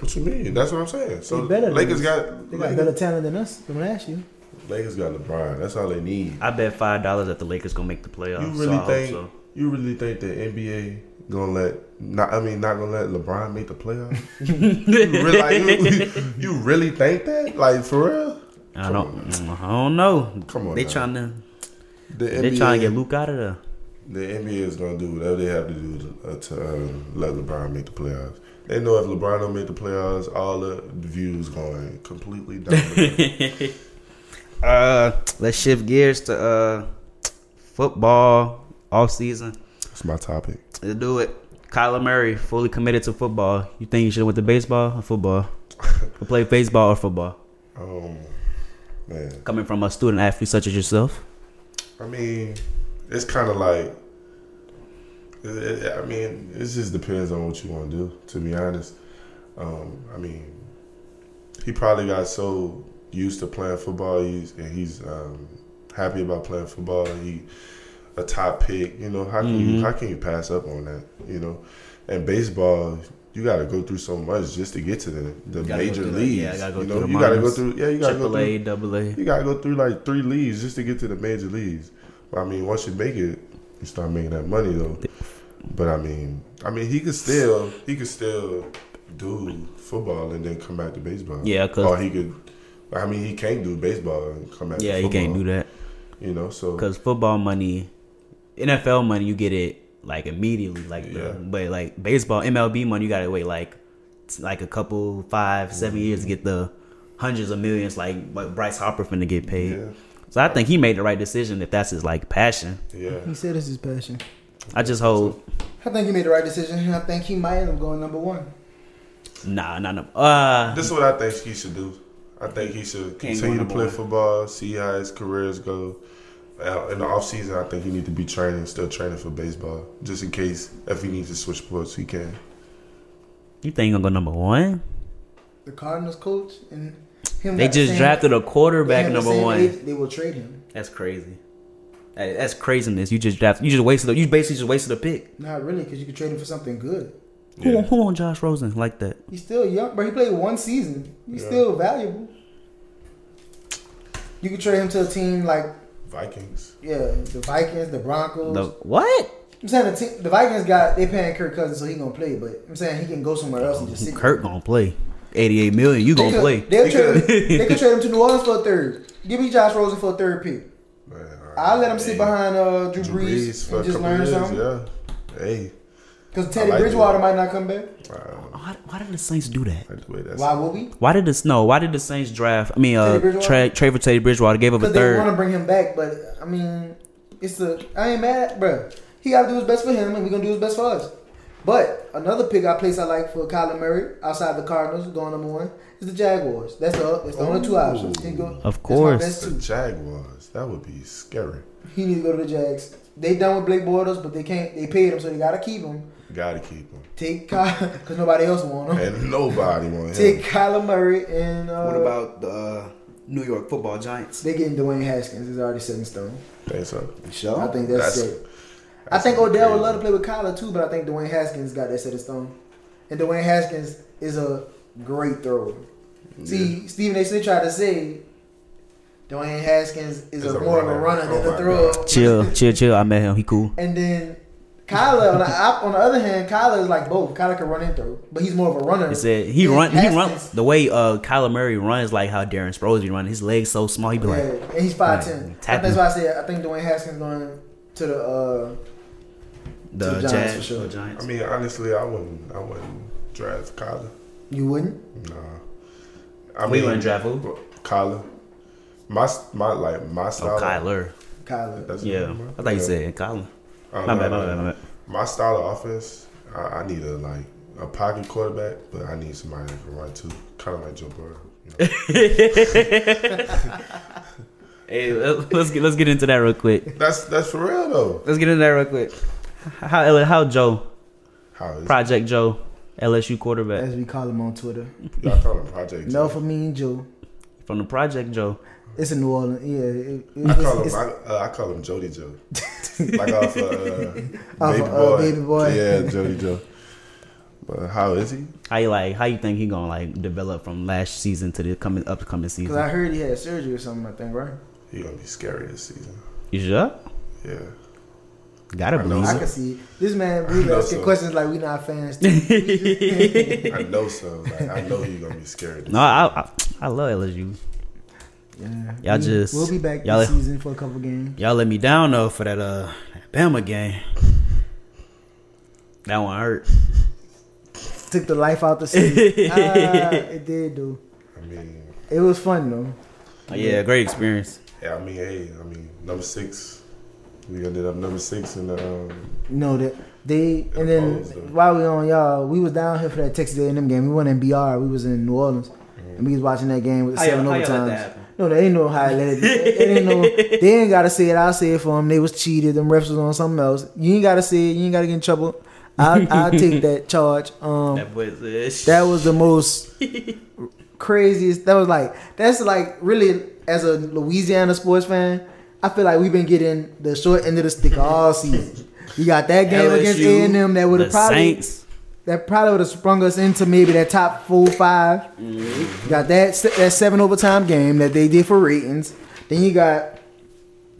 what you mean? That's what I'm saying. So
They better than
Lakers
us.
got,
they got
Lakers,
better talent than us from last year.
Lakers got LeBron. That's all they need.
I bet five dollars that the Lakers gonna make the playoffs.
You
so I
really
hope
think
so.
you really think the NBA gonna let not I mean not gonna let LeBron make the playoffs? you, really, like, you, you really think that? Like for real?
I don't. mm, I don't know.
Come on
They
now.
trying to.
The
They
NBA,
trying to get Luke out of there.
the NBA is gonna do whatever they have to do to, uh, to um, let LeBron make the playoffs. They know if LeBron don't make the playoffs, all the views going completely down.
Uh, let's shift gears to uh football off season.
That's my topic.
Let's do it. Kyler Murray fully committed to football. You think he should have went to baseball or football? or play baseball or football?
Um, man.
Coming from a student athlete such as yourself,
I mean, it's kind of like. it- it- I mean, it just depends on what you want to do. To be honest, um, I mean, he probably got so used to playing football, he's, and he's um, happy about playing football. He a top pick, you know. How can
Mhm.
you how can you pass up on that? You know, and baseball, you got to go through so much just to get to the, the
Gotta go
major
through the-
leagues.
yeah, gotta go
you
through
know,
the
you got to go
minors,
through. Yeah, you got to go
triple
through.
A, double A.
You gotta go through like three leagues just to get to the major leagues. But I mean, once you make it, you start making that money though. But I mean, I mean, he could still he could still do football and then come back to baseball.
Yeah, 'cause-
or he could. I mean, he can't do baseball and come back.
Yeah,
to
you can't do
football,
that
You know, so
because football money, NFL money, you get it like immediately, like the-
Yeah.
but like baseball, MLB money, you gotta wait like it's like a couple five, seven years to get the hundreds of millions. Like what Bryce Harper finna get paid.
Yeah.
So I think he made the right decision if that's his like passion.
yeah,
He said it's his passion.
I just hope
I think he made the right decision. and I think he might end up going number one.
nah, not no. Uh,
this is what I think he should do. I think he should
Can't
continue
go
to
no
play
more.
football, see how his careers go. Uh, In the off season, I think he need to be training, still training for baseball, just in case if he needs to switch sports, he can.
you think he gonna go number one?
The Cardinals coach and him.
They
not
just
saying-
drafted a quarterback
him not
number
saying
one.
They, they will trade him.
That's crazy. That- That's craziness. You just draft. You just wasted. A, you basically just wasted a pick.
Not really, because you could trade him for something good.
Who,
Yeah.
who on Josh Rosen like that?
He's still young, but he played one season. He's
Yeah.
still valuable. You could trade him to a team like
Vikings.
yeah, the Vikings, the Broncos.
The what?
I'm saying the, team, the Vikings got they paying Kirk Cousins, so he gonna play. But I'm saying he can go somewhere else and just sit.
Kurt gonna play. Eighty-eight million. You
They
gonna
could,
play?
They'll
He
trade,
could.
they could trade him to New Orleans for a third. Give me Josh Rosen for a third pick.
Man,
I'll let him sit
hey,
behind uh, Drew,
Drew Brees
Brees,
for
and
a
just
couple
learn
years.
something.
Yeah. Hey,
Because Teddy
I like
Bridgewater
it.
might not come back.
wow.
Why, why did the Saints do that?
I like the way that's.
Why would we?
Why did the no? Why did the Saints draft? I mean, uh,
Teddy Bridgewater?
tra- trade for Teddy Bridgewater gave up a
Because they want
third.
to bring him back, but I mean, it's the I ain't mad, at bruh. He got to do his best for him, and we gonna do his best for us. But another pick I place I like for Kyler Murray outside the Cardinals going number one is the Jaguars. That's the that's the only two
Ooh.
options. He go,
Of
that's my
course.
best
The
two.
Jaguars. That would be scary.
he need to go to the Jags. They done with Blake Bortles, but they can't. They paid him, so they gotta keep him.
Gotta keep him.
Take Kyler because nobody else want him.
And nobody want him.
Take Kyler Murray and uh,
about the uh, New York Football Giants?
they getting Dwayne Haskins? It's already set in stone.
Think so.
Sure.
I think that's,
That's-
it. I think
that's
Odell would
crazy.
love to play with Kyler too, but I think Dwayne Haskins got that set in stone. And Dwayne Haskins is a great thrower. See, Stephen A. Smith tried to say Dwayne Haskins is
Is
a
a
more of a
runner.
runner
Oh
than a
my
thrower.
God.
Chill, chill, chill. I met him. He cool.
And then Kyler, on the, op- on the other hand, Kyler is like both. Kyler can run and throw, but he's more of a runner.
He said he
And
run. He run
Haskins-
the way uh, Kyler Murray runs like how Darren Sproles be running. His legs so small. He be
Yeah,
like,
and he's five ten.
Tap
That's
him.
why I said I think Dwayne Haskins going to the uh,
the,
To the Giants,
Jazz,
for sure.
the Giants.
I mean, honestly, I wouldn't. I wouldn't draft Kyler.
you wouldn't.
Nah. I
We wouldn't draft who?
Kyler. My my like my style.
oh, Kyler.
Kyler.
That's
Yeah, I thought you said Kyler.
Uh,
My
no,
bad,
no,
my
no.
bad, my bad.
My style of offense, I, I need a like a pocket quarterback, but I need somebody that can run too, kind of like Joe Burrow. You know?
Hey, let- let's get let's get into that real quick.
that's that's for real though.
Let's get into that real quick. How L- how Joe
How is
Project Joe LSU quarterback
As we call him on Twitter,
y'all call him Project?
no
Joe?
for me and Joe.
from the Project Joe?
It's in New Orleans. Yeah, it, it,
I call
it's,
him I, uh, I call him Jody Joe, like off uh, Baby
Off, uh,
Boy.
Baby Boy.
Yeah, Jody Joe. But how is he?
How you like? How you think he gonna like develop from last season to the coming upcoming
because
season?
I heard he had surgery or something. I think right.
He gonna be scary this season.
you sure?
Yeah,
Gotta
I know.
believe
I
it.
can see it. this man.
I
We
know
asking
so.
questions like we not fans. too.
I know so. Like, I know he gonna be scared.
No, I, I I love LSU.
yeah,
Y'all
We-
just-
We'll be back
y'all-
this season for a couple games.
Y'all let me down though for that uh Bama game. That one hurt.
Took the life out the season. ah, it did do.
I mean,
It was fun though.
Yeah, great experience.
yeah, I mean, hey, I mean, number six. We ended up number six in the um,
No, that they and then
Opposed, though.
while we on y'all, we was down here for that Texas A&M game. We went in BR. We was in New Orleans, and we was watching that game with the
How y'all-
seven
how y'all let that
overtimes.
happen?
No, they ain't no how I let it. They ain't no. They ain't gotta say it. I'll say it for them. They was cheated. Them refs was on something else. You ain't gotta say it. You ain't gotta get in trouble. I'll, I'll take that charge. Um,
That was
that was the most craziest. That was like that's like really as a Louisiana sports fan, I feel like we've been getting the short end of the stick all season. You got that game against A and M that would have probably
Saints.
that probably would have sprung us into maybe that top four 5
Mm-hmm.
Got that se- that seven overtime game that they did for ratings. Then you got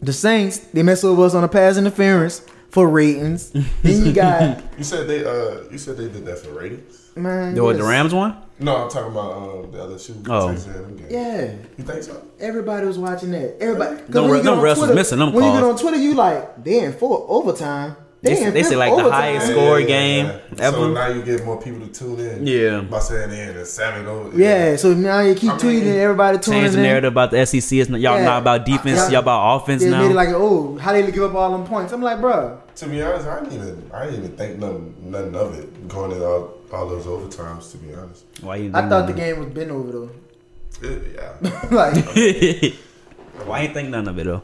the Saints. They messed over us on a pass interference for ratings. then you got
You said they uh you said they did that for ratings?
man.
The, what, the
yes.
Rams one?
No, I'm talking about um the LSU
Oh.
Texas A&M game.
Yeah,
You think so?
everybody was watching that. Everybody. 'cause
Them
when you
Ru-
get
them
on
Russ was
Twitter-
missing them
When you get
calls.
on Twitter, you like they in four overtime.
They
They,
say-
in
they say,
fifth
like, the
overtime.
highest score. Scoring game ever.
So now you get more people to tune in.
Yeah.
By saying they had a seven over.
Yeah, so now you keep
I mean,
tweeting and everybody tuning
Change the
in.
narrative about the SEC. It's not, y'all
Yeah.
not about defense.
Yeah.
Y'all about offense
They made
now.
it like, oh, how they give up all them points? I'm like, bruh.
To be honest, I didn't even I didn't even think nothing nothing of it going in all, all those overtimes. To be honest,
Why you?
I thought the game was been over though.
It- yeah,
like,
game. Why you think none of it though?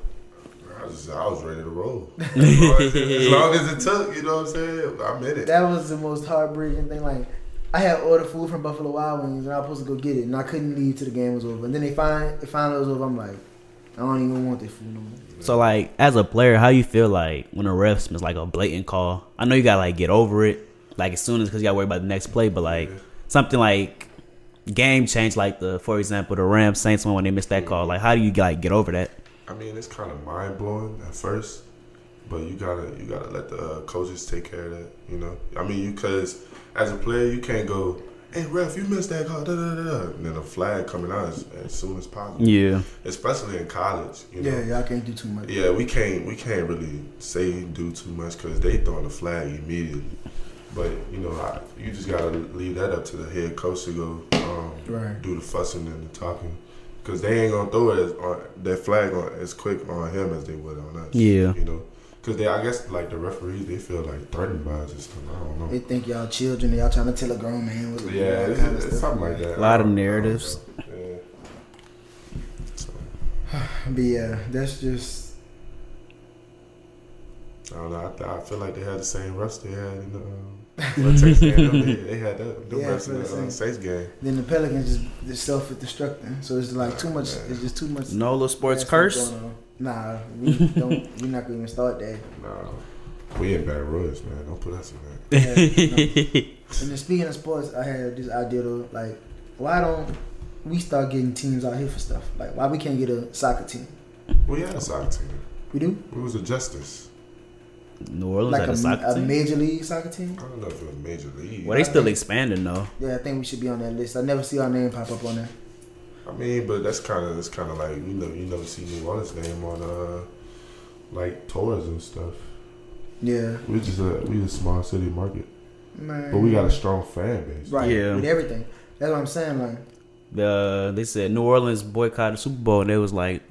I was I was ready to roll. As long as, as long as it took, you know what I'm saying. I'm in it.
that was the most heartbreaking thing. Like, I had ordered food from Buffalo Wild Wings and I was supposed to go get it, and I couldn't leave till the game was over. And then they find it finally was over. I'm like, I don't even want this food no more.
So like, as a player, how you feel like when a ref is like a blatant call? I know you gotta like get over it, like as soon as because you gotta worry about the next play. But like something like game change, like the for example the Rams Saints one when they missed that call. Like, how do you like get over that?
I mean, it's kind of mind blowing at first, but you gotta you gotta let the uh, coaches take care of that. You know, I mean, you because as a player, you can't go, "Hey ref, you missed that call." Da, da, da, da. And then a flag coming out as, as soon as possible,
Yeah,
especially in college. You know?
Yeah, y'all can't do too much.
Yeah, we can't we can't really say do too much because they throwing the flag immediately. But you know, I, you just gotta leave that up to the head coach to go um,
Right.
do the fussing and the talking because they ain't gonna throw it as, on, that flag on, as quick on him as they would on us.
Yeah.
you know, because they I guess like the referees they feel like threatened by us and stuff. I don't know.
They think y'all children. Y'all trying to tell a grown man what to do.
yeah,
all
it's,
kind of
it's
stuff.
something like that. I
Lot of
don't- I don't
narratives.
know. Yeah. So,
But yeah, that's just
I don't know. I, th- I feel like they had the same rush they had in the. Um, when Texas A&M, they, they had that. Them
Yeah,
refs
I
in the
feel the
uh, Saints game.
then the Pelicans just they're self-destructing. So it's like too much. It's just too much.
Nola sports
bad stuff
curse.
going on. Nah, we don't. We're not gonna even start that.
No, we in Baton Rouge, man. Don't put us in that.
Yeah,
yeah,
And then speaking of sports, I had this idea though, like, why don't we start getting teams out here for stuff? Like, why we can't get a soccer team?
We had a soccer team.
We do
We was a justice.
New Orleans
like
had
a,
a soccer
a
team.
major league soccer team.
I don't know if it was major league.
Well, they still expanding though.
Yeah, I think we should be on that list. I never see our name pop up on there.
I mean, but that's kind of that's kind of like you know you never see New Orleans name on uh like tours and stuff.
Yeah,
We just a we a small city market,
man.
but we got a strong fan base.
right
Yeah.
with everything. That's what I'm saying. Like,
The they said New Orleans boycotted Super Bowl and it was like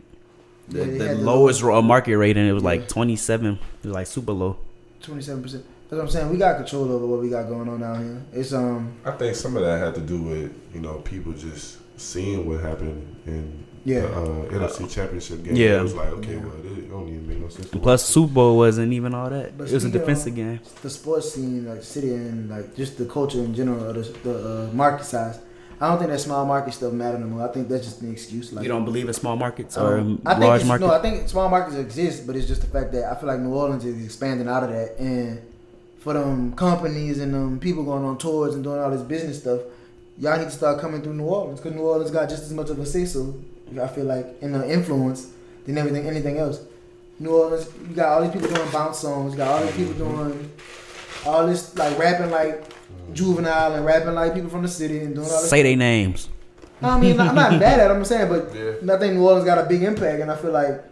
the,
Yeah, they
the
had the
lowest ro- market rate and it was
Yeah.
like twenty seven. It was like super low.
twenty-seven percent. That's what I'm saying. We got control over what we got going on out here. It's um,
I think some of that had to do with you know people just seeing what happened in
Yeah.
the
Uh-huh.
uh, NFC Championship game.
Yeah.
it was like okay,
Yeah.
well, it don't even make no sense. to
And Plus,
watch
Super Bowl wasn't even all that.
But
it was a
speaking of-
defensive game.
the sports scene, like city and like just the culture in general, or the, the uh, market size. I don't think that small market stuff matter no more. I think that's just an excuse. Like,
You don't believe in small markets or
Um, I think
large
it's-
markets?
No, I think small markets exist, but it's just the fact that I feel like New Orleans is expanding out of that, and for them companies and them people going on tours and doing all this business stuff, y'all need to start coming through New Orleans because New Orleans got just as much of a say so. I feel like in the influence than everything anything else. New Orleans, you got all these people doing bounce songs, you got all these people doing all this like rapping like juvenile and rapping like people from the city and doing all this.
Say they names.
No, I mean, I'm not bad at it, I'm saying, but
Um, Yeah.
I think New Orleans got a big impact, and I feel like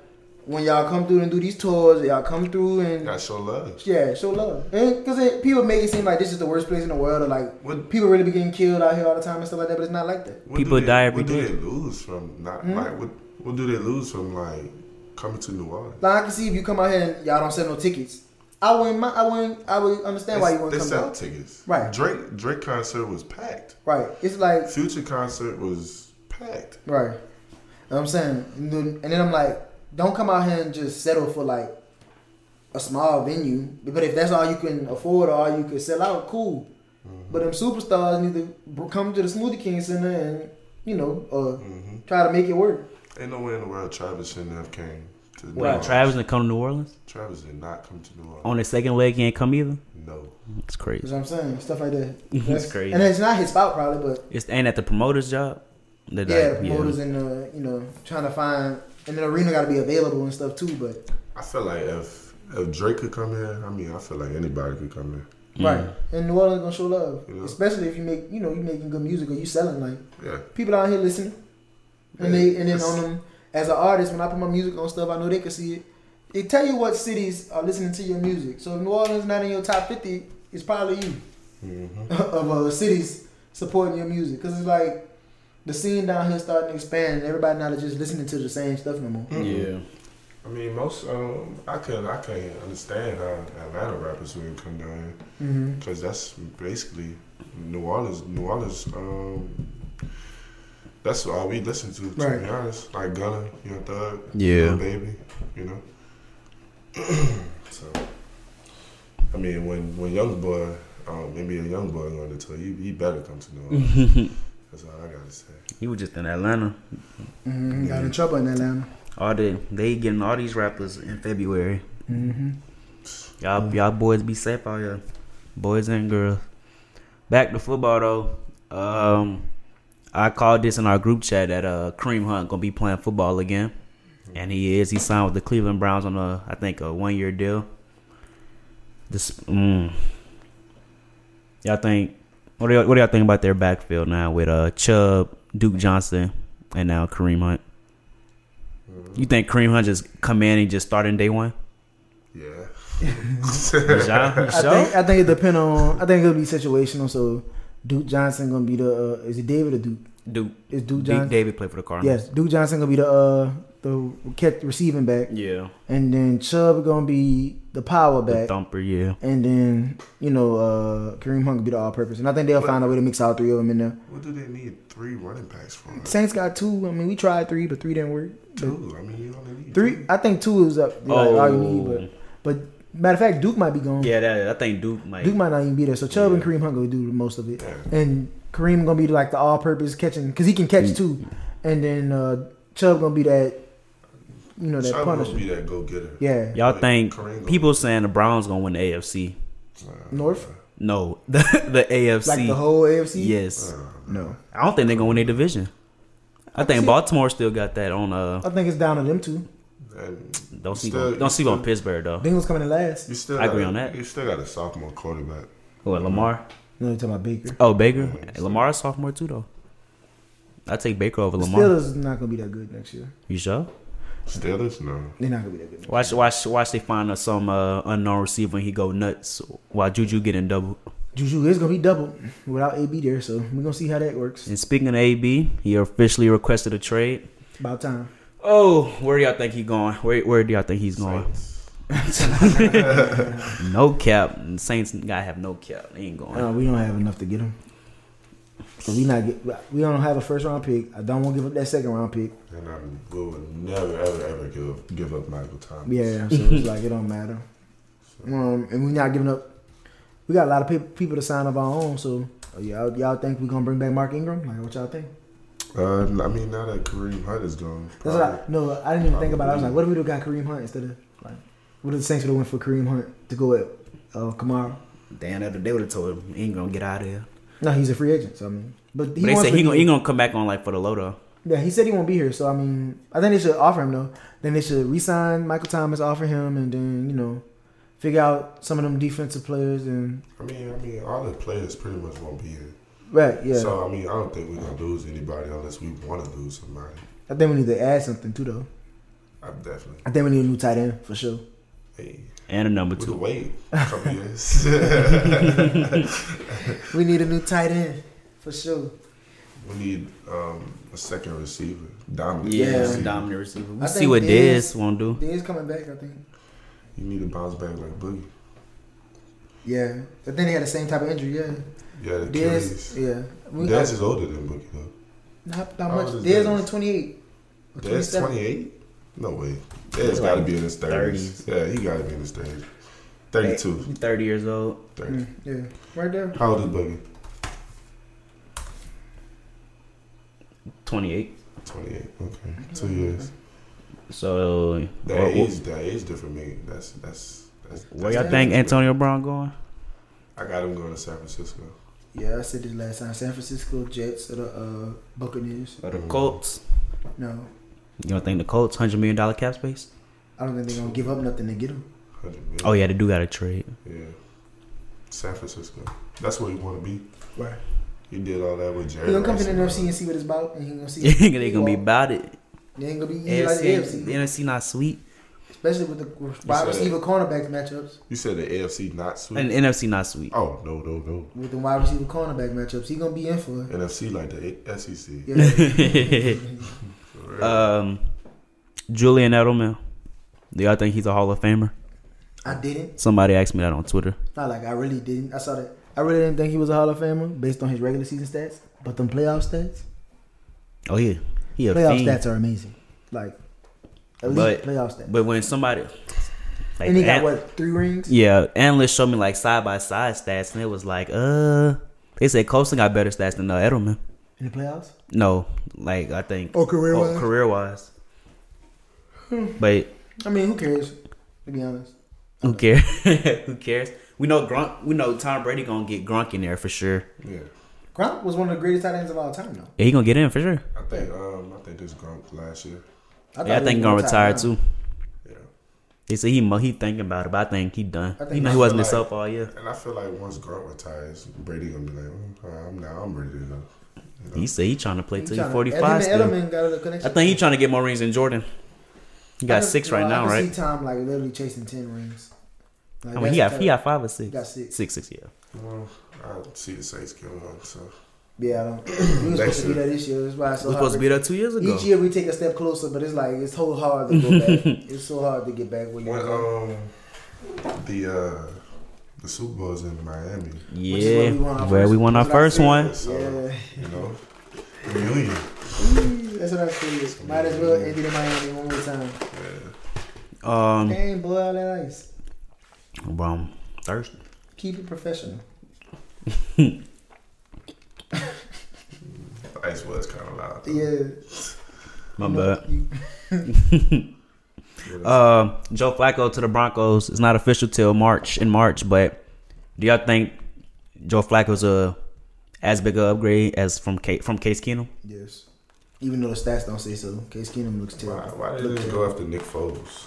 when y'all come through and do these tours, y'all come through and
Gotta show love.
yeah, show love. Because people make it seem like this is the worst place in the world, or like
What-
people really be getting killed out here all the time and stuff like that, but it's not like that.
What
People
do they,
die every
what do
day.
they lose from not
Hmm?
like what? What do they lose from like coming to New Orleans?
Like, I can see if you come out here and y'all don't sell no tickets, I wouldn't, mi- I wouldn't, I would understand why you
they
wouldn't come
sell
out.
tickets.
Right.
Drake Drake concert was packed.
Right. It's like,
Future concert was packed.
right. You know what I'm saying? And then and then I'm like, don't come out here and just settle for like a small venue. But if that's all you can afford or all you can sell out, cool.
Mm-hmm.
But them superstars need to br- come to the Smoothie King Center and you know uh, try to make it work.
Mm-hmm. Ain't no way in the world Travis shouldn't have came to New
Wait,
Orleans.
Travis didn't come to New Orleans
Travis did not come to New Orleans.
on his second leg. He ain't come either.
No.
It's
That's
crazy.
what I'm saying. Stuff like that.
That's crazy.
And it's not his fault probably, but
It's ain't that the promoter's job? They're
yeah, the
like,
promoters and uh, you know trying to find and the arena got to be available and stuff too. But
I feel like if If Drake could come here, I mean, I feel like anybody could come here.
Mm. Mm-hmm.
Right. And New Orleans gonna show love,
Yeah.
especially if you make you know you making good music or you selling like
Yeah.
people out here listening. And
Yeah,
they and then
it's-
on them as an artist, when I put my music on stuff, I know they can see it. They tell you what cities are listening to your music. So if New Orleans not in your top fifty, it's probably you
hmm
of uh, cities supporting your music because it's like the scene down here starting to expand. And everybody not just listening to the same stuff no more.
Yeah.
Mm-hmm. I mean, most um, I can I can't understand how Atlanta rappers would come down here
Mm-hmm.
because that's basically New Orleans. New Orleans. Um, that's all we listen to. To
Right.
be honest, like Gunna, you know, Thug,
Yeah.
Lil Baby, you know. so, I mean, when when young boy, um, maybe a young boy going to tell you, he better come to New
Mm.
Orleans. that's all I gotta say.
He was just in Atlanta
Mm-hmm. Got in trouble in Atlanta.
all day. They getting all these rappers in February.
Mm-hmm.
Y'all, y'all boys be safe out here, boys and girls. Back to football though. Um, I called this in our group chat that uh Kareem Hunt gonna be playing football again, and he is. He signed with the Cleveland Browns on a I think a one year deal. This, mm, y'all think what do y'all, what do y'all think about their backfield now with uh Chubb, Duke Johnson, and now Kareem Hunt?
Mm-hmm.
You think Kareem Hunt just come in and just start in day one?
Yeah.
Ja-
I
so?
think I think it depend on. I think it'll be situational. So Duke Johnson gonna be the. Uh, is it David or Duke?
Duke
Is Duke
Big
Johnson?
David played for the Cardinals.
Yes, Duke Johnson gonna be the uh, the catch receiving back,
Yeah.
and then Chubb gonna be the power
The
back,
thumper, yeah.
and then you know uh, Kareem Hunt gonna be the all purpose. And I think they'll find a way to mix all three of them in there.
What do they need three running backs for?
Saints got two. I mean, we tried three, but three didn't work.
Two. I mean, you only need
Three, I think two is up. Like,
Oh.
all you need, but, but matter of fact, Duke might be gone.
Oh. Yeah, that, I think Duke might.
Duke might not even be there. So Chubb and Kareem Hunt gonna do the most of it,
Yeah.
and Kareem gonna be like the all-purpose catching because he can
Mm.
catch too, and then uh, Chubb gonna be that, you know, that
Chubb gonna
punisher.
be that go getter.
Yeah,
Y'all
Like,
think
Kareem gonna-
people saying the Browns gonna win the AFC?
North,
No, the, the AFC.
like the whole AFC.
yes,
Uh,
no,
I don't think they're gonna win their division. I think
see-
Baltimore still got that on. Uh,
I think it's down to them two.
And
don't sleep
Still-
on don't sleep on
still-
Pittsburgh though.
Bengals coming in last.
you still
I agree
got a-
on that.
You still got a sophomore quarterback.
What Lamar?
No, you're talking about Baker.
Oh Baker. Lamar's sophomore too though. I take Baker over Lamar.
Steelers is not gonna be that good next year.
You sure?
Steelers, no.
They're not gonna be that good.
Watch, watch, watch. They find us some uh, unknown receiver and he go nuts while Juju getting double.
Juju is gonna be double without AB there, so we're gonna see how that works.
And speaking of AB, he officially requested a trade.
About time.
Oh, where do y'all think he going? Where where do y'all think he's going?
Saints.
no cap. Saints gotta have no cap. They ain't going.
Uh, we don't have enough to get him. So we not get. We don't have a first round pick. I don't want to give up that second round pick.
And I will never, ever, ever give give up Michael Thomas.
Yeah, so it's like it don't matter. Um, and we're not giving up. We got a lot of peop people to sign of our own. So uh, y'all, y'all think we gonna bring back Mark Ingram? Like what y'all think?
Uh, I mean, now that Kareem Hunt is gone,
That's
probably,
what I, no, I didn't even think about. it. I was like, what if we would have got Kareem Hunt instead of like, what if the Saints would have went for Kareem Hunt to go at uh, Kamara?
Damn, that they would have told him he ain't gonna get out of here.
No, he's a free agent. So I mean, but he
But they
wants
said he
to
gonna
be-
he gonna come back on like for the low though.
Yeah, he said he won't be here, so I mean, I think they should offer him though. Then they should resign Michael Thomas, offer him, and then you know, figure out some of them defensive players and
I mean, I mean, all the players pretty much won't be here.
right, yeah.
So I mean, I don't think we're gonna lose anybody unless we want to lose somebody.
I think we need to add something too, though.
I'm definitely.
I think we need a new tight end for sure.
Hey,
And a number
we could
two.
wait a couple years.
We need a new tight end for sure.
we need um, a second receiver. Dominant.
Yeah,
receiver.
dominant receiver. We
I
see
think
what
Diz-
Diz won't do.
Diz coming back, I think.
You need to bounce back like Boogie.
Yeah, but then they had the same type of injury. Yeah,
Yeah, the
Diz.
Achilles.
Yeah, we,
Dez is older than Boogie though.
not, not
How old
much.
is
Diz
Diz?
only twenty eight.
Dez twenty eight? No way. Dez got to be in his thirties. Yeah, he got to be in his thirties. Thirty two.
He Thirty years old.
Thirty.
Mm, Yeah, right there.
How old is Boogie?
Twenty eight.
Twenty eight. Okay, two years.
So
That
where,
age, that age different. Me. That's that's. that's,
where
that's
y'all think Antonio Brown going?
I got him going to San Francisco.
Yeah, I said this last time. San Francisco Jets or the uh, Buccaneers.
Or the Colts?
No,
You don't think the Colts hundred million dollar cap space?
I don't think they're gonna give up nothing to get him.
100 Mm-hmm. million.
Oh yeah, they do got a trade.
Yeah. San Francisco. That's where you want to be.
Right.
You did all that with Jerry.
He gonna come to the
Rice,
NFC
bro.
and see what it's about, and he gonna see.
they gonna be about it.
They ain't gonna be easy like the
NFC, the
AFC,
NFC not sweet,
especially with the with wide
said it.
receiver cornerback matchups.
You said the AFC not sweet.
and NFC not sweet.
oh no no no.
With the wide receiver cornerback matchups, he gonna be in for it.
NFC like the A- SEC.
Yeah.
For real.
um, Julian Edelman. Do y'all think he's a Hall of Famer?
I didn't.
Somebody asked me that on Twitter.
Not like I really didn't. I saw that. I really didn't think he was a Hall of Famer based on his regular season stats, but them playoff stats,
Oh yeah, he a
playoff
fiend.
stats are amazing. Like at least
But-
playoff stats.
But when somebody, like,
and he
an-
got what three rings?
yeah, analysts showed me like side by side stats, and it was like, uh, they said Colson got better stats than uh, Edelman.
in the playoffs.
No, like I think
Or career-wise?
Oh, career wise. But
I mean, who cares? To be honest,
who cares? who cares? We know Gronk. We know Tom Brady gonna get Gronk in there for sure.
yeah.
Gronk was one of the greatest tight ends of all time, though.
Yeah, he gonna get in for sure.
I think um I think this Gronk last year.
thought
yeah, I
he
think he
was
gonna
one top
retire
nine.
too.
Yeah.
They say he mo- he thinking about it, but I think he done.
think
he know
I
he
feel
wasn't
like-
himself all year.
And I feel like once Gronk retires, Brady gonna be like, "Mm, all right, I'm now I'm ready to go.
He said he trying to play
He
till
tryna-
he forty five.
Edelman,
Still,
Edelman got a connection.
I think he trying to get more rings than Jordan. He
I
got
just-
six
you know,
right
I
now,
can
right?
See Tom like literally chasing ten rings. Like,
I mean, he
that's
got
the
he
type-
got five or six.
he got six.
Six, six, yeah.
Well, I see the Saints getting one, so
Yeah, I don't. We
Next
was supposed to be
year.
that this year. That's why it's so
We
hard
supposed to
for-
be there two years ago.
Each year we take a step closer, but it's like it's so hard to go back. it's so hard to get back where you
when
are.
um the uh the Super Bowl's in Miami,
Which is
Yeah,
where we won our
where
first-
we won our
that's what I
first
said.
one.
so
Yeah,
you know, reunion.
that's what I feel. Might as well empty the Miami one more time.
Um,
Dang, boy, all that ice.
bro, I'm thirsty.
Keep it professional.
The ice was kind of loud. though.
Yeah.
Mm. My
you know,
bad.
you-
Yeah.
Um, Joe Flacco to the Broncos. It's not official till March in March, but do y'all think Joe Flacco's a as big a upgrade as from Kate from Case Keenum?
Yes. Even though the stats don't say so, Case Keenum looks
why,
terrible.
why did they go after Nick Foles?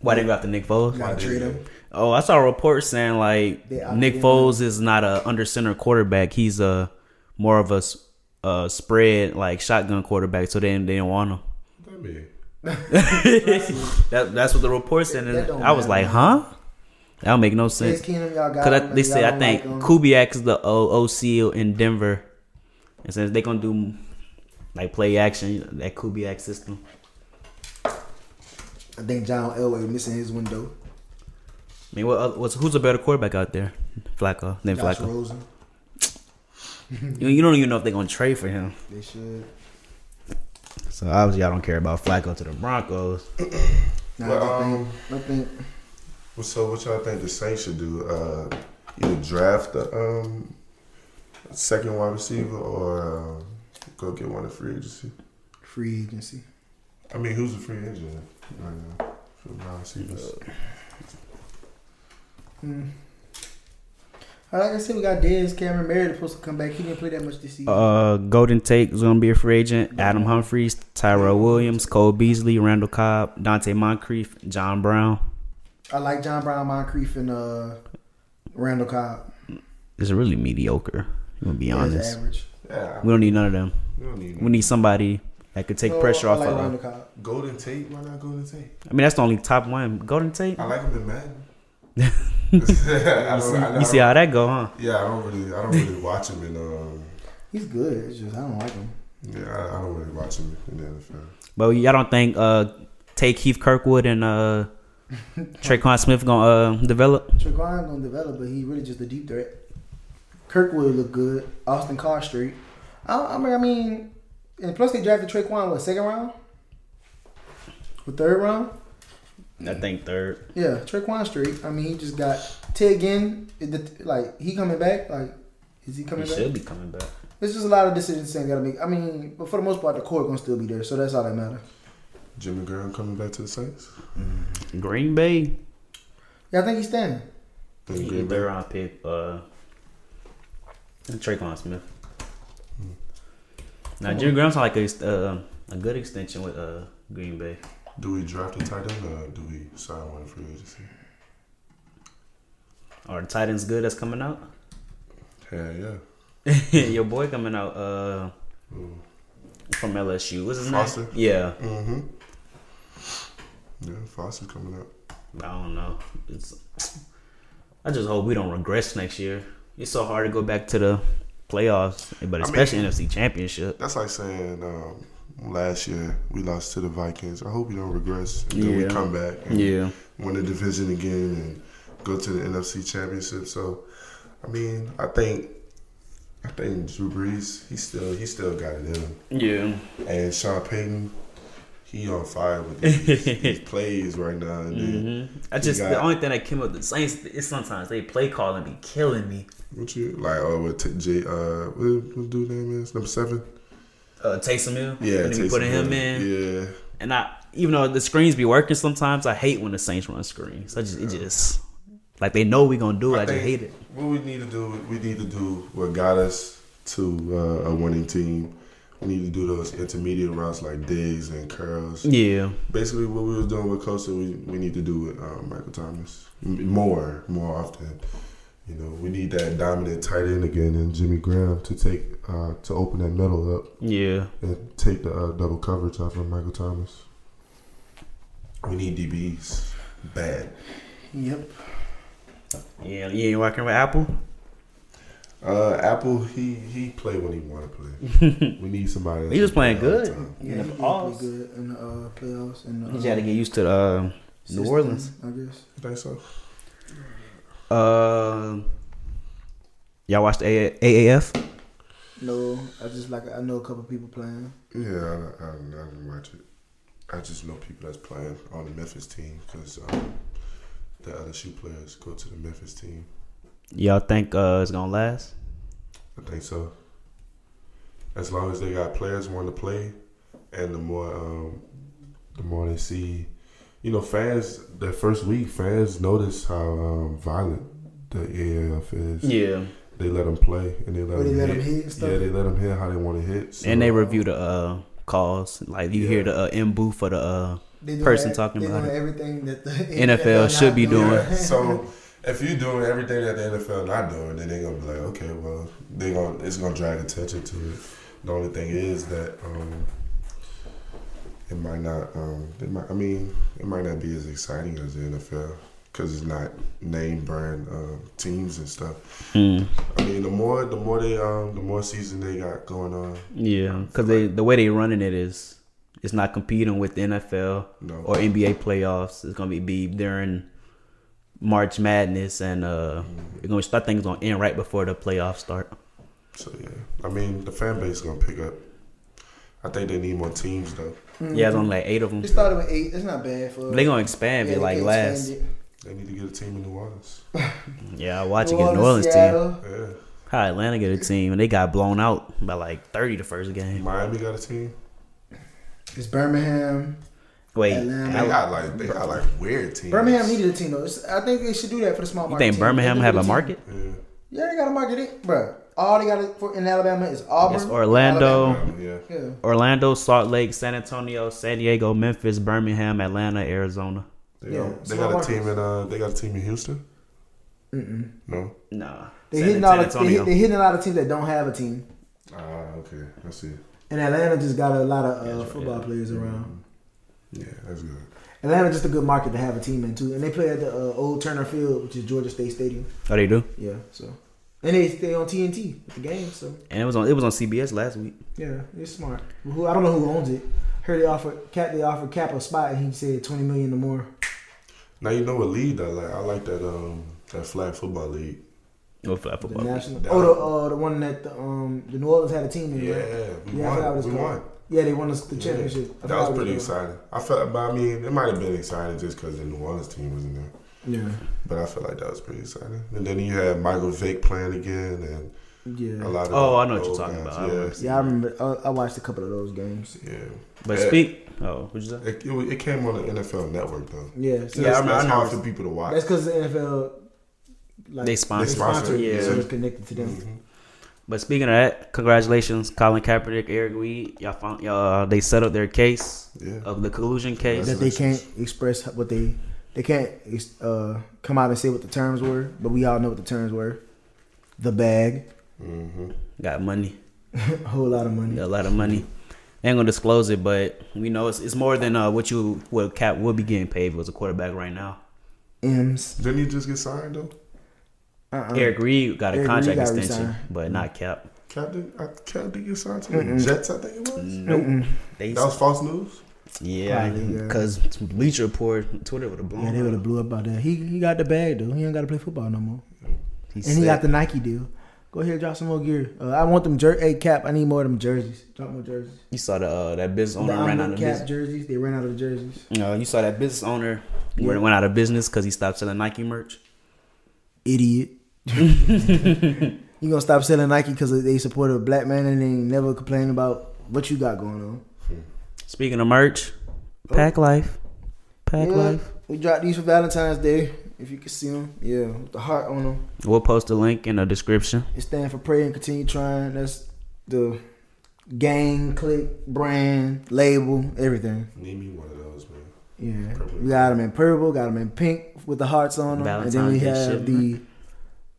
Why they go after Nick Foles?
Gotta trade him.
Oh, I saw a report saying like
They opted
Nick
in.
Foles is not a under center quarterback. He's a more of a, s- a spread like shotgun quarterback. So then they didn't want him.
What that mean?
That, that's what the report said, and
That don't
I was
matter.
like, huh? That don't make no
Case
sense.
Keenum, y'all got
Cause I,
him.
they
y'all
say I
don't
think
like him.
Kubiak is the O- OC in Denver, and since they gonna do like play action you know, that Kubiak system,
I think John Elway missing his window.
I mean, what, oth- what's who's a better quarterback out there, Flacco than
Josh
Flacco?
Rosen.
You, you don't even know if they're gonna trade for him.
They should.
So obviously, I don't care about Flacco to the Broncos.
Nah,
Well,
I,
um,
think, I think
Well, So what y'all think the Saints should do? Uh, either draft the um, second wide receiver or uh, go get one in free agency.
free agency.
I mean, who's a free agent right now for wide receivers?
Mm. Uh, Like I said, we got Dez Cameron Murray supposed to come back. He didn't play that much this season.
Uh, Golden Tate is gonna be a free agent. Adam Humphries, Tyrell Williams, Cole Beasley, Randall Cobb, Dante Moncrief, John Brown.
I like John Brown, Moncrief, and uh, Randall Cobb.
It's really mediocre. I'm gonna be
Yeah, he's
honest.
average.
Yeah,
We don't need none of them.
Uh, we don't need
We need somebody that could take
So,
pressure off
I like
of. uh,
Randall Cobb.
Golden Tate. Why not Golden Tate?
I mean, that's the only top one. Golden Tate.
I like him in Madden. I don't, I don't-
You see how that go, huh?
yeah, I don't really, I don't really watch him in. Um,
He's good. It's just I don't like him.
yeah, I, I don't really watch him in the NFL.
But y'all don't think uh, take Keith Kirkwood and uh, Traquan Smith gonna uh, develop?
Tregon gonna develop, but he really just a deep threat. Kirkwood look good. Austin Carr straight. I, I mean, I mean, and plus they drafted Traquan what second round, or third round.
I think third.
Yeah, Traquan Street. I mean, he just got Ted Ginn. it- the- Like he coming back. Like is he coming back?
be coming back.
It's just a lot of decisions they gotta make. I mean, but for the most part, the core gonna still be there, so that's all that matters.
Jimmy Graham coming back to the Saints.
Green Bay.
Yeah, I think he's staying.
Then Green Bay.
round pick. Uh, Traquan Smith.
Hmm.
Now Jim Graham's like a, uh, a good extension with uh, Green Bay.
Do we draft a tight end or do we sign one free agency?
Are the Titans good that's coming out?
Hell yeah.
Your boy coming out uh from LSU. What's his
Foster?
name? Yeah.
Mm-hmm. Yeah, Foster's coming up.
I don't know. It's I just hope we don't regress next year. It's so hard to go back to the playoffs, but especially NFC Championship.
That's like saying um, last year we lost to the Vikings. I hope you don't regress. And then we
Yeah.
come back and win the division again and go to the NFC Championship. So, I mean, I think, I think Drew Brees, he still, he still got it in him.
yeah.
And Sean Payton, he on fire with these, these plays right now. And then,
hmm I just
got-
the only thing that came up the Saints is sometimes they play calling be killing me.
what you like? Oh, what t- J? Uh, what, what dude name is number seven?
Uh, Taysom Hill,
Yeah,
putting,
Taysom
putting him
Hill.
in,
Yeah,
and I even though the screens be working sometimes, I hate when the Saints run screens. I just it just like they know we gonna do it. I, just
think
hate it.
What we need to do, we need to do what got us to uh, a winning team. We need to do those intermediate routes like digs and curls.
Yeah,
Basically, what we was doing with Costa, we, we need to do with um, Michael Thomas M- more, more often. You know, we need that dominant tight end again and Jimmy Graham to take uh, to open that middle up
yeah.
and take the uh, double coverage off of Michael Thomas. We need DBs bad.
Yep.
Yeah, you ain't working with Apple.
Uh, Apple, he he play when he want to play. we need somebody. that's
He was
gonna
playing
play all the
good.
time.
Yeah,
In the
he did
playoffs.
pretty good in the uh, playoffs and the,
You just had to
uh,
get used to the, uh, New
system,
Orleans.
I guess.
You think so?
Uh, y'all watched A- AAF?
No, I just like I know a couple people playing.
Yeah, I, I, I didn't watch it. I just know people that's playing on the Memphis team because um, the LSU players go to the Memphis team.
Y'all think uh, it's gonna last?
I think so. As long as they got players wanting to play, and the more um, the more they see, you know, fans. That first week, fans notice how um, violent the AAF is.
Yeah,
They let them play and they let
Or they
them
let
hit.
them hit and stuff?
Yeah, they let them hit how they want to hit. So,
and they review the uh, calls. Like you hear
Yeah.
the uh, in booth for the uh,
They doing
Person
ev-
talking
they
about
doing
it.
everything that the
NFL should
not
be doing.
Yeah, so if you're doing everything that the NFL not doing, then they're gonna be like, okay, well, they gonna it's gonna drag attention to it. The only thing is that um, it might not. Um, it might. I mean, it might not be as exciting as the NFL because it's not name brand uh, teams and stuff.
Mm.
I mean, the more the more they um, the more season they got going on.
yeah, because they the way they running it is it's not competing with the NFL
No.
or NBA playoffs. It's gonna be, be during March Madness, and uh,
Mm,
they're gonna start things gonna end right before the playoffs start.
So yeah, I mean, the fan base is gonna pick up. I think they need more teams though.
Yeah, it's only like eight of them.
It started with eight. That's not bad for.
They gonna expand
Yeah,
it like
they
last.
expanded.
They need to get a team in New Orleans.
Yeah, I watch
New
against New Orleans team.
Seattle.
Yeah.
How Atlanta get a team and they got blown out by like thirty the first game.
Miami got a team.
It's Birmingham.
Wait,
They
Atlanta.
Al-
got like they got like weird teams.
Birmingham needed a team though. It's, I think they should do that for the small
you
market.
think
team.
Birmingham
They
have
need
a
team.
market?
Yeah.
Yeah, they got a market, it, bro. All they got for, in Alabama is Auburn,
It's Orlando,
Alabama.
Um, yeah.
Yeah,
Orlando, Salt Lake, San Antonio, San Diego, Memphis, Birmingham, Atlanta, Arizona.
They,
Yeah,
Got, they
small
got a team
markets.
in uh they got a team in Houston.
Mm-mm.
No.
Nah,
they
San-
hitting all
San
the, they, hit- they hitting a lot of teams that don't have a team,
Ah, okay. I see.
and Atlanta just got a lot of uh,
That's right,
football
yeah.
players around.
Yeah, that's good.
Atlanta just a good market to have a team in too, and they play at the uh, old Turner Field, which is Georgia State Stadium.
oh, they do.
Yeah, so and they stay on TNT with the game, so
And it was on it was on CBS last week.
yeah, it's smart. Who I don't know who owns it. Heard they offered Cap, they offered Cap a spot, and he said twenty million or more.
Now you know what league I like. I like that um that flag football league.
No flag
The
Oh, football.
national,
That-
oh, the, uh, the one that the, um, the New Orleans had a team in.
Yeah,
right?
we
I forgot what
won.
it's
We
called.
won.
Yeah, they won us the
Yeah.
championship. I
That
forgot
was
what
pretty
it
exciting. I felt, but I mean, it might have been exciting just because the New Orleans team was in there.
Yeah,
But I felt like that was pretty exciting. And then you had Michael Vick playing again, and a
yeah.
lot of
Oh, I know what you're
old
talking
guys.
about. I remember.
Yeah, I remember. I, I watched a couple of those games.
Yeah, yeah.
But
Yeah.
speak. Oh, what'd you say?
It, it, it came on the NFL Network though. yeah,
Yeah, so that's,
I mean, it's
that's
hard for people to watch.
because the NFL like
They sponsor.
They sponsor,
it,
yeah.
so it's connected to them.
Mhm.
But speaking of that, congratulations, Colin Kaepernick, Eric Weed. Y'all found y'all they settled their case
Yeah.
of the collusion case.
That's-
that they can't express what they they can't uh, come out and say what the terms were, but we all know what the terms were. The bag,
Mm-hmm.
Got money.
a whole lot of money.
Got a lot of money. Ain't gonna disclose it, but we know it's, it's more than uh, what you what Cap would be getting paid if it was a quarterback right now.
M's.
Didn't he just get signed though?
Uh-uh.
Eric Reed got a
Eric Reed
contract
got
extension,
re-signed.
but not Cap.
Cap did, I, Cap did uh, get signed to the Jets, I think it was.
Nope. They
That was false news.
yeah,
Probably, yeah.
because Bleacher Report, Twitter would have blown.
Yeah, they
up.
would have blew up by that. He he got the bag though. He ain't got to play football no more.
He
And he
said-
got the Nike deal. Go ahead, drop some more gear. Uh, I want them jer- hey cap. I need more of them jerseys. Drop more jerseys.
You saw the uh, that business
The
owner ran out
Omni
of
cap
business.
jerseys. They ran out of jerseys.
No, you saw that business owner
Yeah.
went went out of business because he stopped selling Nike merch.
Idiot. you gonna stop selling Nike because they support a black man and they ain't never complain about what you got going on.
Speaking of merch, Pack Life, Pack
Oh. Yeah,
Life.
We dropped these for Valentine's Day. If you can see them, yeah, with the heart on them.
We'll post a link in the description.
It stands for pray and continue trying. That's the gang, click, brand, label, everything.
Need me one of those, man.
Yeah,
Purple.
we got them in purple, got them in pink with the hearts on them, and then we
Valentine's Day
have the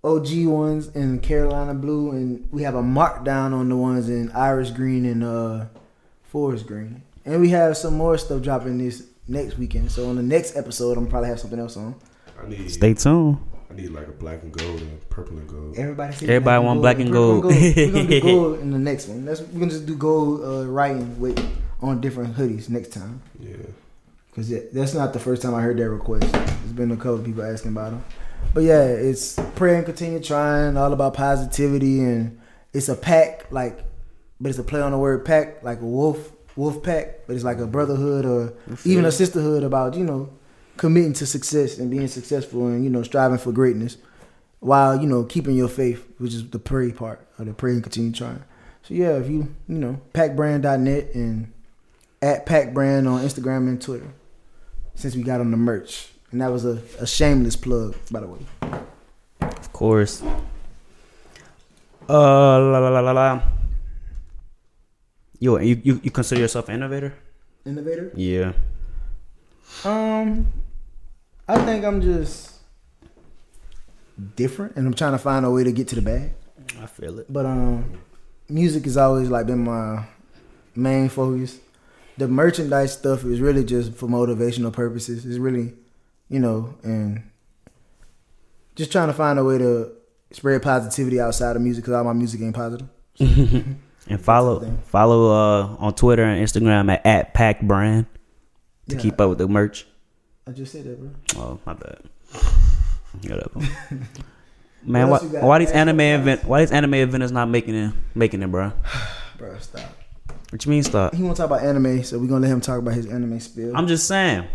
OG ones in Carolina blue, and we have a markdown on the ones in Irish green and uh forest green, and we have some more stuff dropping this next weekend. So on the next episode, I'm probably have something else on.
I need
Stay tuned.
I need like a black and gold and purple and gold.
Everybody, say
Everybody want black and
Purple
gold.
We're gonna do gold in the next one. That's we're gonna just do gold uh, writing with on different hoodies next time.
Yeah.
Cause yeah, that's not the first time I heard that request. There's been a couple of people asking about them, but yeah, it's pray and continue trying. All about positivity and it's a pack like, but it's a play on the word pack like a wolf wolf pack, but it's like a brotherhood or even a sisterhood about you know committing to success and being successful and you know striving for greatness while you know keeping your faith, which is the pray part of the pray and continue trying. So yeah, if you you know packbrand.net and at packbrand on Instagram and Twitter since we got on the merch. And that was a, a shameless plug, by the way.
Of course. Uh, la la la la la. Yo, you, you, you consider yourself an innovator?
Innovator?
Yeah.
Um, I think I'm just different and I'm trying to find a way to get to the bag.
I feel it.
But um, music has always like been my main focus. The merchandise stuff is really just for motivational purposes. It's really, you know, and just trying to find a way to spread positivity outside of music because all my music ain't positive.
And follow
thing.
follow uh on Twitter and Instagram at, at Pack Brand to
Yeah,
keep up with the merch.
I just said that, bro.
Oh, my bad. Whatever. Man, why,
What else you got?
why these anime
Ask
event? Why these anime event is not making it? Making it, bro.
Bro, stop.
What you mean, stop?
He want to talk about anime, so we're gonna let him talk about his anime spill.
I'm just saying.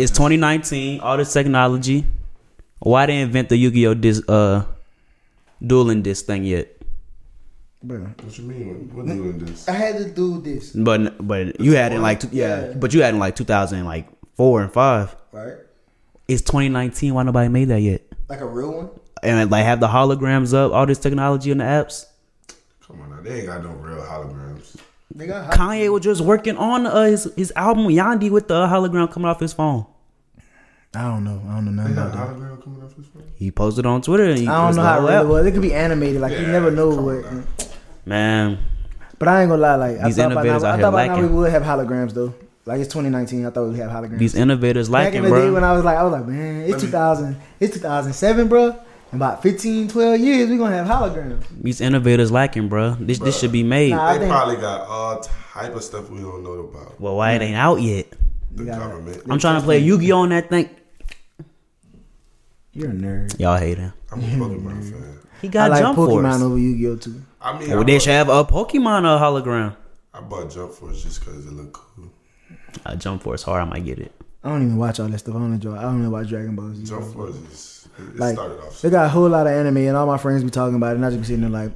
It's 2019. All this technology. Why they invent the Yu-Gi-Oh dis uh dueling disc thing yet?
Bro,
What you mean? What, what doing this?
I had to do this,
But but you had it in like two, yeah, But you had it in like 2000, like four and five.
right?
It's 2019. Why nobody made that yet?
Like a real one.
And like have the holograms up. All this technology in the apps.
Come on now. They ain't got no real holograms.
They got hot.
Kanye was just working on uh, his his album Yandi with the hologram coming off his phone.
I don't know. I don't know nothing
They got
about
a
that.
hologram coming off his phone.
He posted on Twitter. And he
I don't
was
know how
all
real it
out.
was. It could be animated. Like you
Yeah,
never know
come
what.
on now.
Man,
But I ain't gonna lie. Like
These
I thought by now,
innovators out
I
here
thought by now we
lacking.
would have holograms though. Like it's 2019. I thought we'd have holograms.
these innovators
Back
lacking,
in the day when
bro.
I was like, I was like, man, it's
Let me-
2000. It's 2007, bro. In about 15, 12 years, we gonna have holograms.
These innovators lacking, bro. This this
Bruh.
should be made.
Nah, I
They
think-
probably got all type of stuff we don't know about.
Well, why it ain't out yet?
The
got it.
government.
I'm trying to play Yu-Gi-Oh on that thing.
You're a nerd.
Y'all hate him.
I'm a Pokemon fan.
He
I
got
like
Jump
Pokemon
Force.
over Yu-Gi-Oh too.
I mean, I,
Well, they
bought,
should have a Pokemon uh, hologram.
I bought Jump Force just because it looked cool.
Uh, Jump Force hard. I might get it.
I don't even watch all that stuff. I only enjoy. I only watch Dragon Ball Z.
Jump Force is. It, it
Mm-hmm. Like
started off.
they got a whole lot of anime, and all my friends be talking about it, and I just be sitting there like,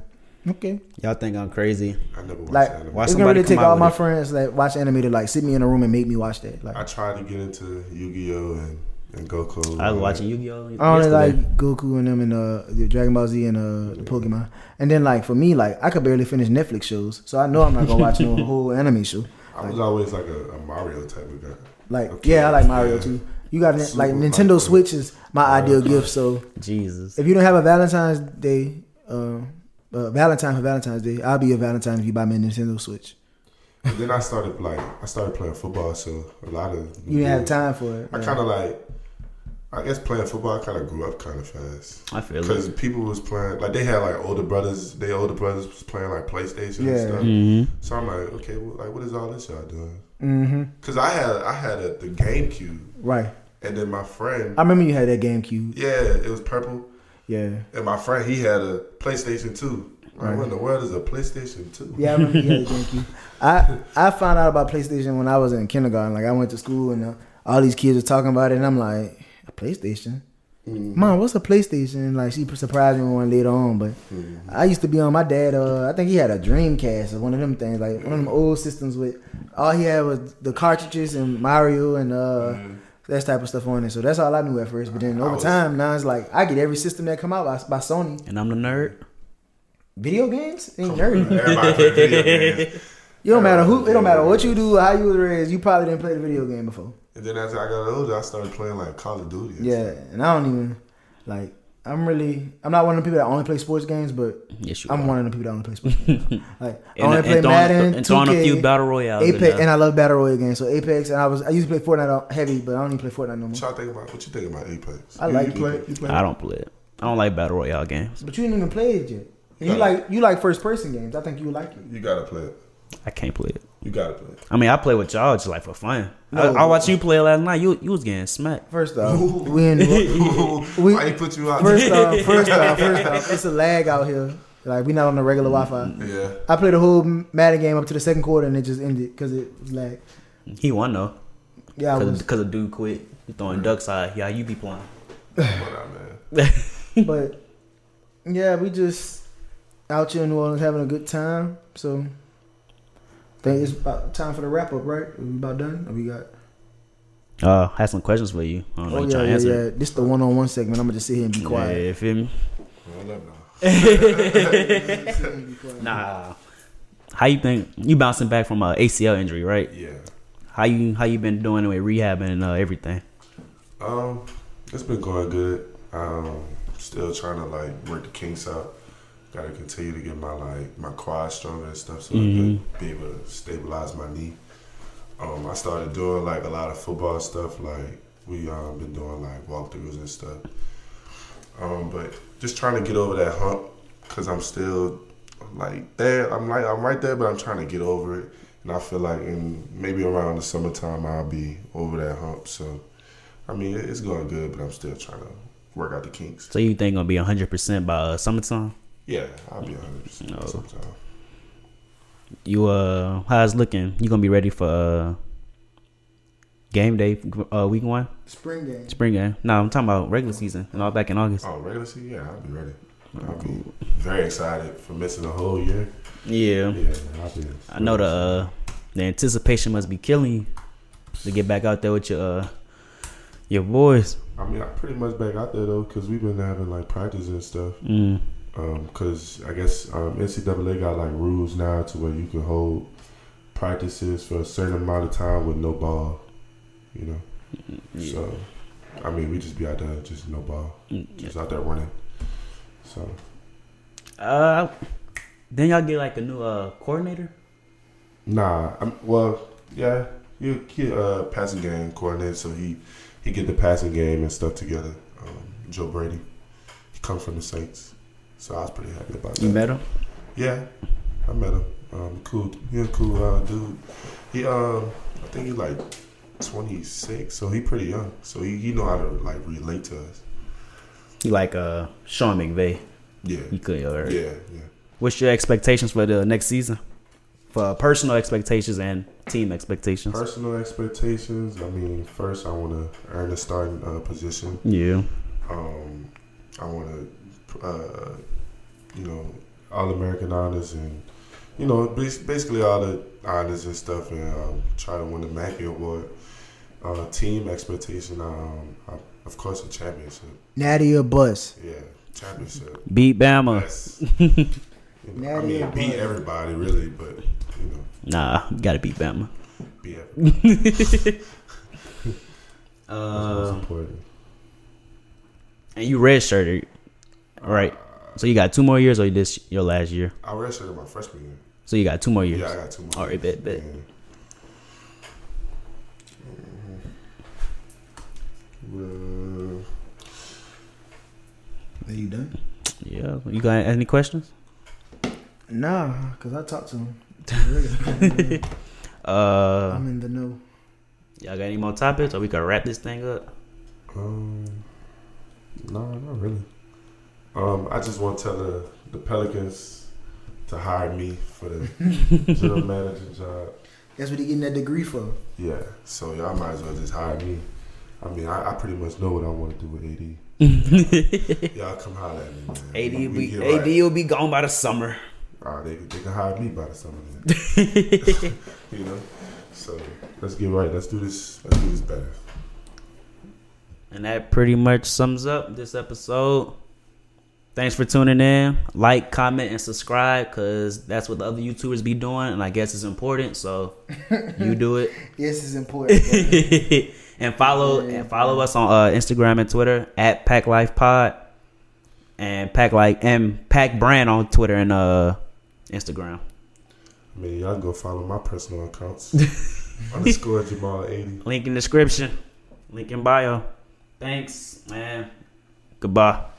okay.
Y'all think I'm crazy?
I never watched
Like
anime.
Why
it's gonna
somebody
really
come
take
out
all
with
my
it?
friends that watch anime to like sit me in a room and make me watch that.
I
Like
tried to get into Yu Gi Oh! and and Goku.
I was watching Yu Gi Oh.
I only like Goku and them and uh, the Dragon Ball Z and uh, the Pokemon. And then like for me, like I could barely finish Netflix shows, so I know I'm not gonna watch no whole anime show.
I was always like a, a Mario type of guy.
Like
Okay,
yeah, I like Mario
yeah.
too. You got
Super
like Nintendo
Mario.
Switch is my ideal gift. So
Jesus.
if you don't have a Valentine's Day, uh, uh, Valentine for Valentine's Day, I'll be a Valentine if you buy me a Nintendo Switch.
And then I started like I started playing football, so a lot of
You didn't have time for it.
I
yeah.
kind of like. I guess playing football, I kind of grew up kind of fast
I feel
because
it.
people was playing like they had like older brothers. Their older brothers was playing like PlayStation and
Yeah. Mm.
stuff.
Mm-hmm.
So I'm like, okay, well, like what is all this y'all doing?
Mm-hmm.
Because I had I had a, the GameCube,
Right.
and then my friend,
I remember you had that GameCube.
yeah, it was purple,
Yeah.
and my friend he had a PlayStation Two. Like,
Right.
what in the world is a PlayStation Two?
Yeah, I remember you had a GameCube. I I found out about PlayStation when I was in kindergarten. Like I went to school and uh, all these kids were talking about it, and I'm like, a PlayStation. Mom, what's a PlayStation? And, Like she surprised me with one later on, but I used to be on my dad. Uh, I think he had a Dreamcast or one of them things, like one of them old systems with all he had was the cartridges and Mario and uh, that type of stuff on it. So that's all I knew at first. But then
I
over
was-
time, now it's like I get every system that come out by, by Sony.
And I'm the nerd.
Video games ain't nerdy.
Everybody play video games.
You don't matter who. It don't matter what you do, how you was raised. You probably didn't play the video game before.
And then as I got older, I started playing like Call of Duty. and
Yeah, and I don't even like. I'm really. I'm not one of the people that only play sports games, but
Yes, you
I'm
are.
one of the people that only play sports. games. like I
And,
only
and
play
throwing-
Madden,
and throwing a
2K,
few battle royales. in
Apex,
there.
and I love battle royale games. So Apex, and I was I used to play Fortnite heavy, but I don't even play Fortnite no
What
more.
y'all think about? What you think about Apex?
I
you,
like
you play. You play.
I don't play it. I don't like battle royale games.
But you didn't even play it yet. And you
No.
like you like first person games. I think you would like it.
You gotta play it.
I can't play it.
You gotta play it.
I mean, I play with y'all just like for fun.
No.
I, I watched you play last night. You you was getting smacked.
First off, Uh, we in We-
Why he put you out?
first off, first off, first off, it's a lag out here. Like we not on the regular Wi-Fi.
yeah.
I played the whole Madden game up to the second quarter and it just ended because it was like,
He won though,
yeah, I was.
because a dude quit. He throwing ducks eye. Yeah, you be playing.
What up, man?
But yeah, we just out here in New Orleans having a good time. So I think it's about time for the wrap up, right? we about done. Or we got.
Uh, I had some questions for you. I don't know
Oh
what
yeah,
y'all
yeah,
answer.
yeah. This the one on one segment. I'm gonna just sit here and be
Yeah,
quiet.
you feel me?
What up, now?
Sit here and be quiet.
Nah. How you think you bouncing back from a ACL injury, right?
Yeah.
How you how you been doing with rehab and uh, everything?
Um, it's been going good. Um, still trying to like work the kinks out. Got to continue to get my like my quad stronger and stuff, so
Mhm.
I can be able to stabilize my knee. Um, I started doing like a lot of football stuff. Like we um been doing like walkthroughs and stuff. Um, but just trying to get over that hump because I'm still like there. I'm like I'm right there, but I'm trying to get over it. And I feel like in maybe around the summertime I'll be over that hump. So, I mean, it- it's going good, but I'm still trying to work out the kinks.
So you think gonna be hundred percent by uh, summertime?
Yeah, I'll be 100%
No.
sometime.
You uh, how's it looking? You gonna be ready for uh, game day uh, week one?
Spring game.
Spring game. No, I'm talking about regular season and all back in August.
Oh, regular season? Yeah, I'll be ready. I'll be very excited for missing a whole year.
Yeah.
Yeah, I'll be.
Mm-hmm. I know the uh, the anticipation must be killing you to get back out there with your uh, your boys.
I mean, I'm pretty much back out there though, because we've been having like practice and stuff.
Mm.
because Um, I guess um, NCAA got like rules now to where you can hold practices for a certain amount of time with no ball, you know.
Yeah.
So, I mean, we just be out there just no ball, just out there running. So
Uh, then y'all get like a new uh coordinator.
nah, I'm, well, yeah, you he, uh passing game coordinator, so he he get the passing game and stuff together. Um, Joe Brady, he come from the Saints, so I was pretty happy about that.
You met him.
Yeah, I met him. Um, cool. He a cool uh, dude. He um, I think he like twenty six, so he pretty young. So he, he know how to like relate to us.
You like uh Sean McVay.
Yeah,
You could. Or,
yeah, yeah.
What's your expectations for the next season? For uh, personal expectations and team expectations.
Personal expectations. I mean, first I want to earn a starting uh, position.
yeah.
Um, I want to, uh, you know, all American honors and. You know, bas- basically all the honors and stuff, and um, try to win the Mackey Award. Uh, team expectation, um, uh, of course, a championship.
Natty or bus.
Yeah, championship.
Beat Bama.
Yes. You know, I
Natty
mean,
or
beat
bust.
everybody, really, but, you know,
Nah, you gotta beat Bama.
beat everybody. That's most
Uh,
important.
and you redshirted, right? So you got two more years, or this your last year?
Uh, I redshirted my freshman year.
So you got two more years.
Yeah, I got two more.
All right, bet, bet.
Yeah. Mhm. Uh,
Are you done?
Yeah. You got any questions?
Nah, cause I talked to him.
Uh,
I'm in the know.
y'all got any more topics, or we can wrap this thing up?
Um, no, not really. Um, I just want to tell the, the Pelicans to hire me for the general manager job.
That's what he getting that degree for.
Yeah, so y'all might as well just hire me. I mean, I, I pretty much know what I want to do with AD. y'all come holler at me, man.
AD
We-
will
we
be
get
AD
right.
will be gone by the summer.
All right, Ah, they, they can hire me by the summer. then. you know, so let's get right. Let's do this. Let's do this better.
And that pretty much sums up this episode. Thanks for tuning in. Like, comment, and subscribe because that's what the other YouTubers be doing, and I guess it's important. So you do it.
Yes, it's important. bro.
and follow and follow us on uh, Instagram and Twitter at Pack Life Pod and Pack Like and Pack Brand on Twitter and uh Instagram.
I mean, y'all can go follow my personal accounts. underscore Jamal eighty.
Link in description. Link in bio. Thanks, man. Goodbye.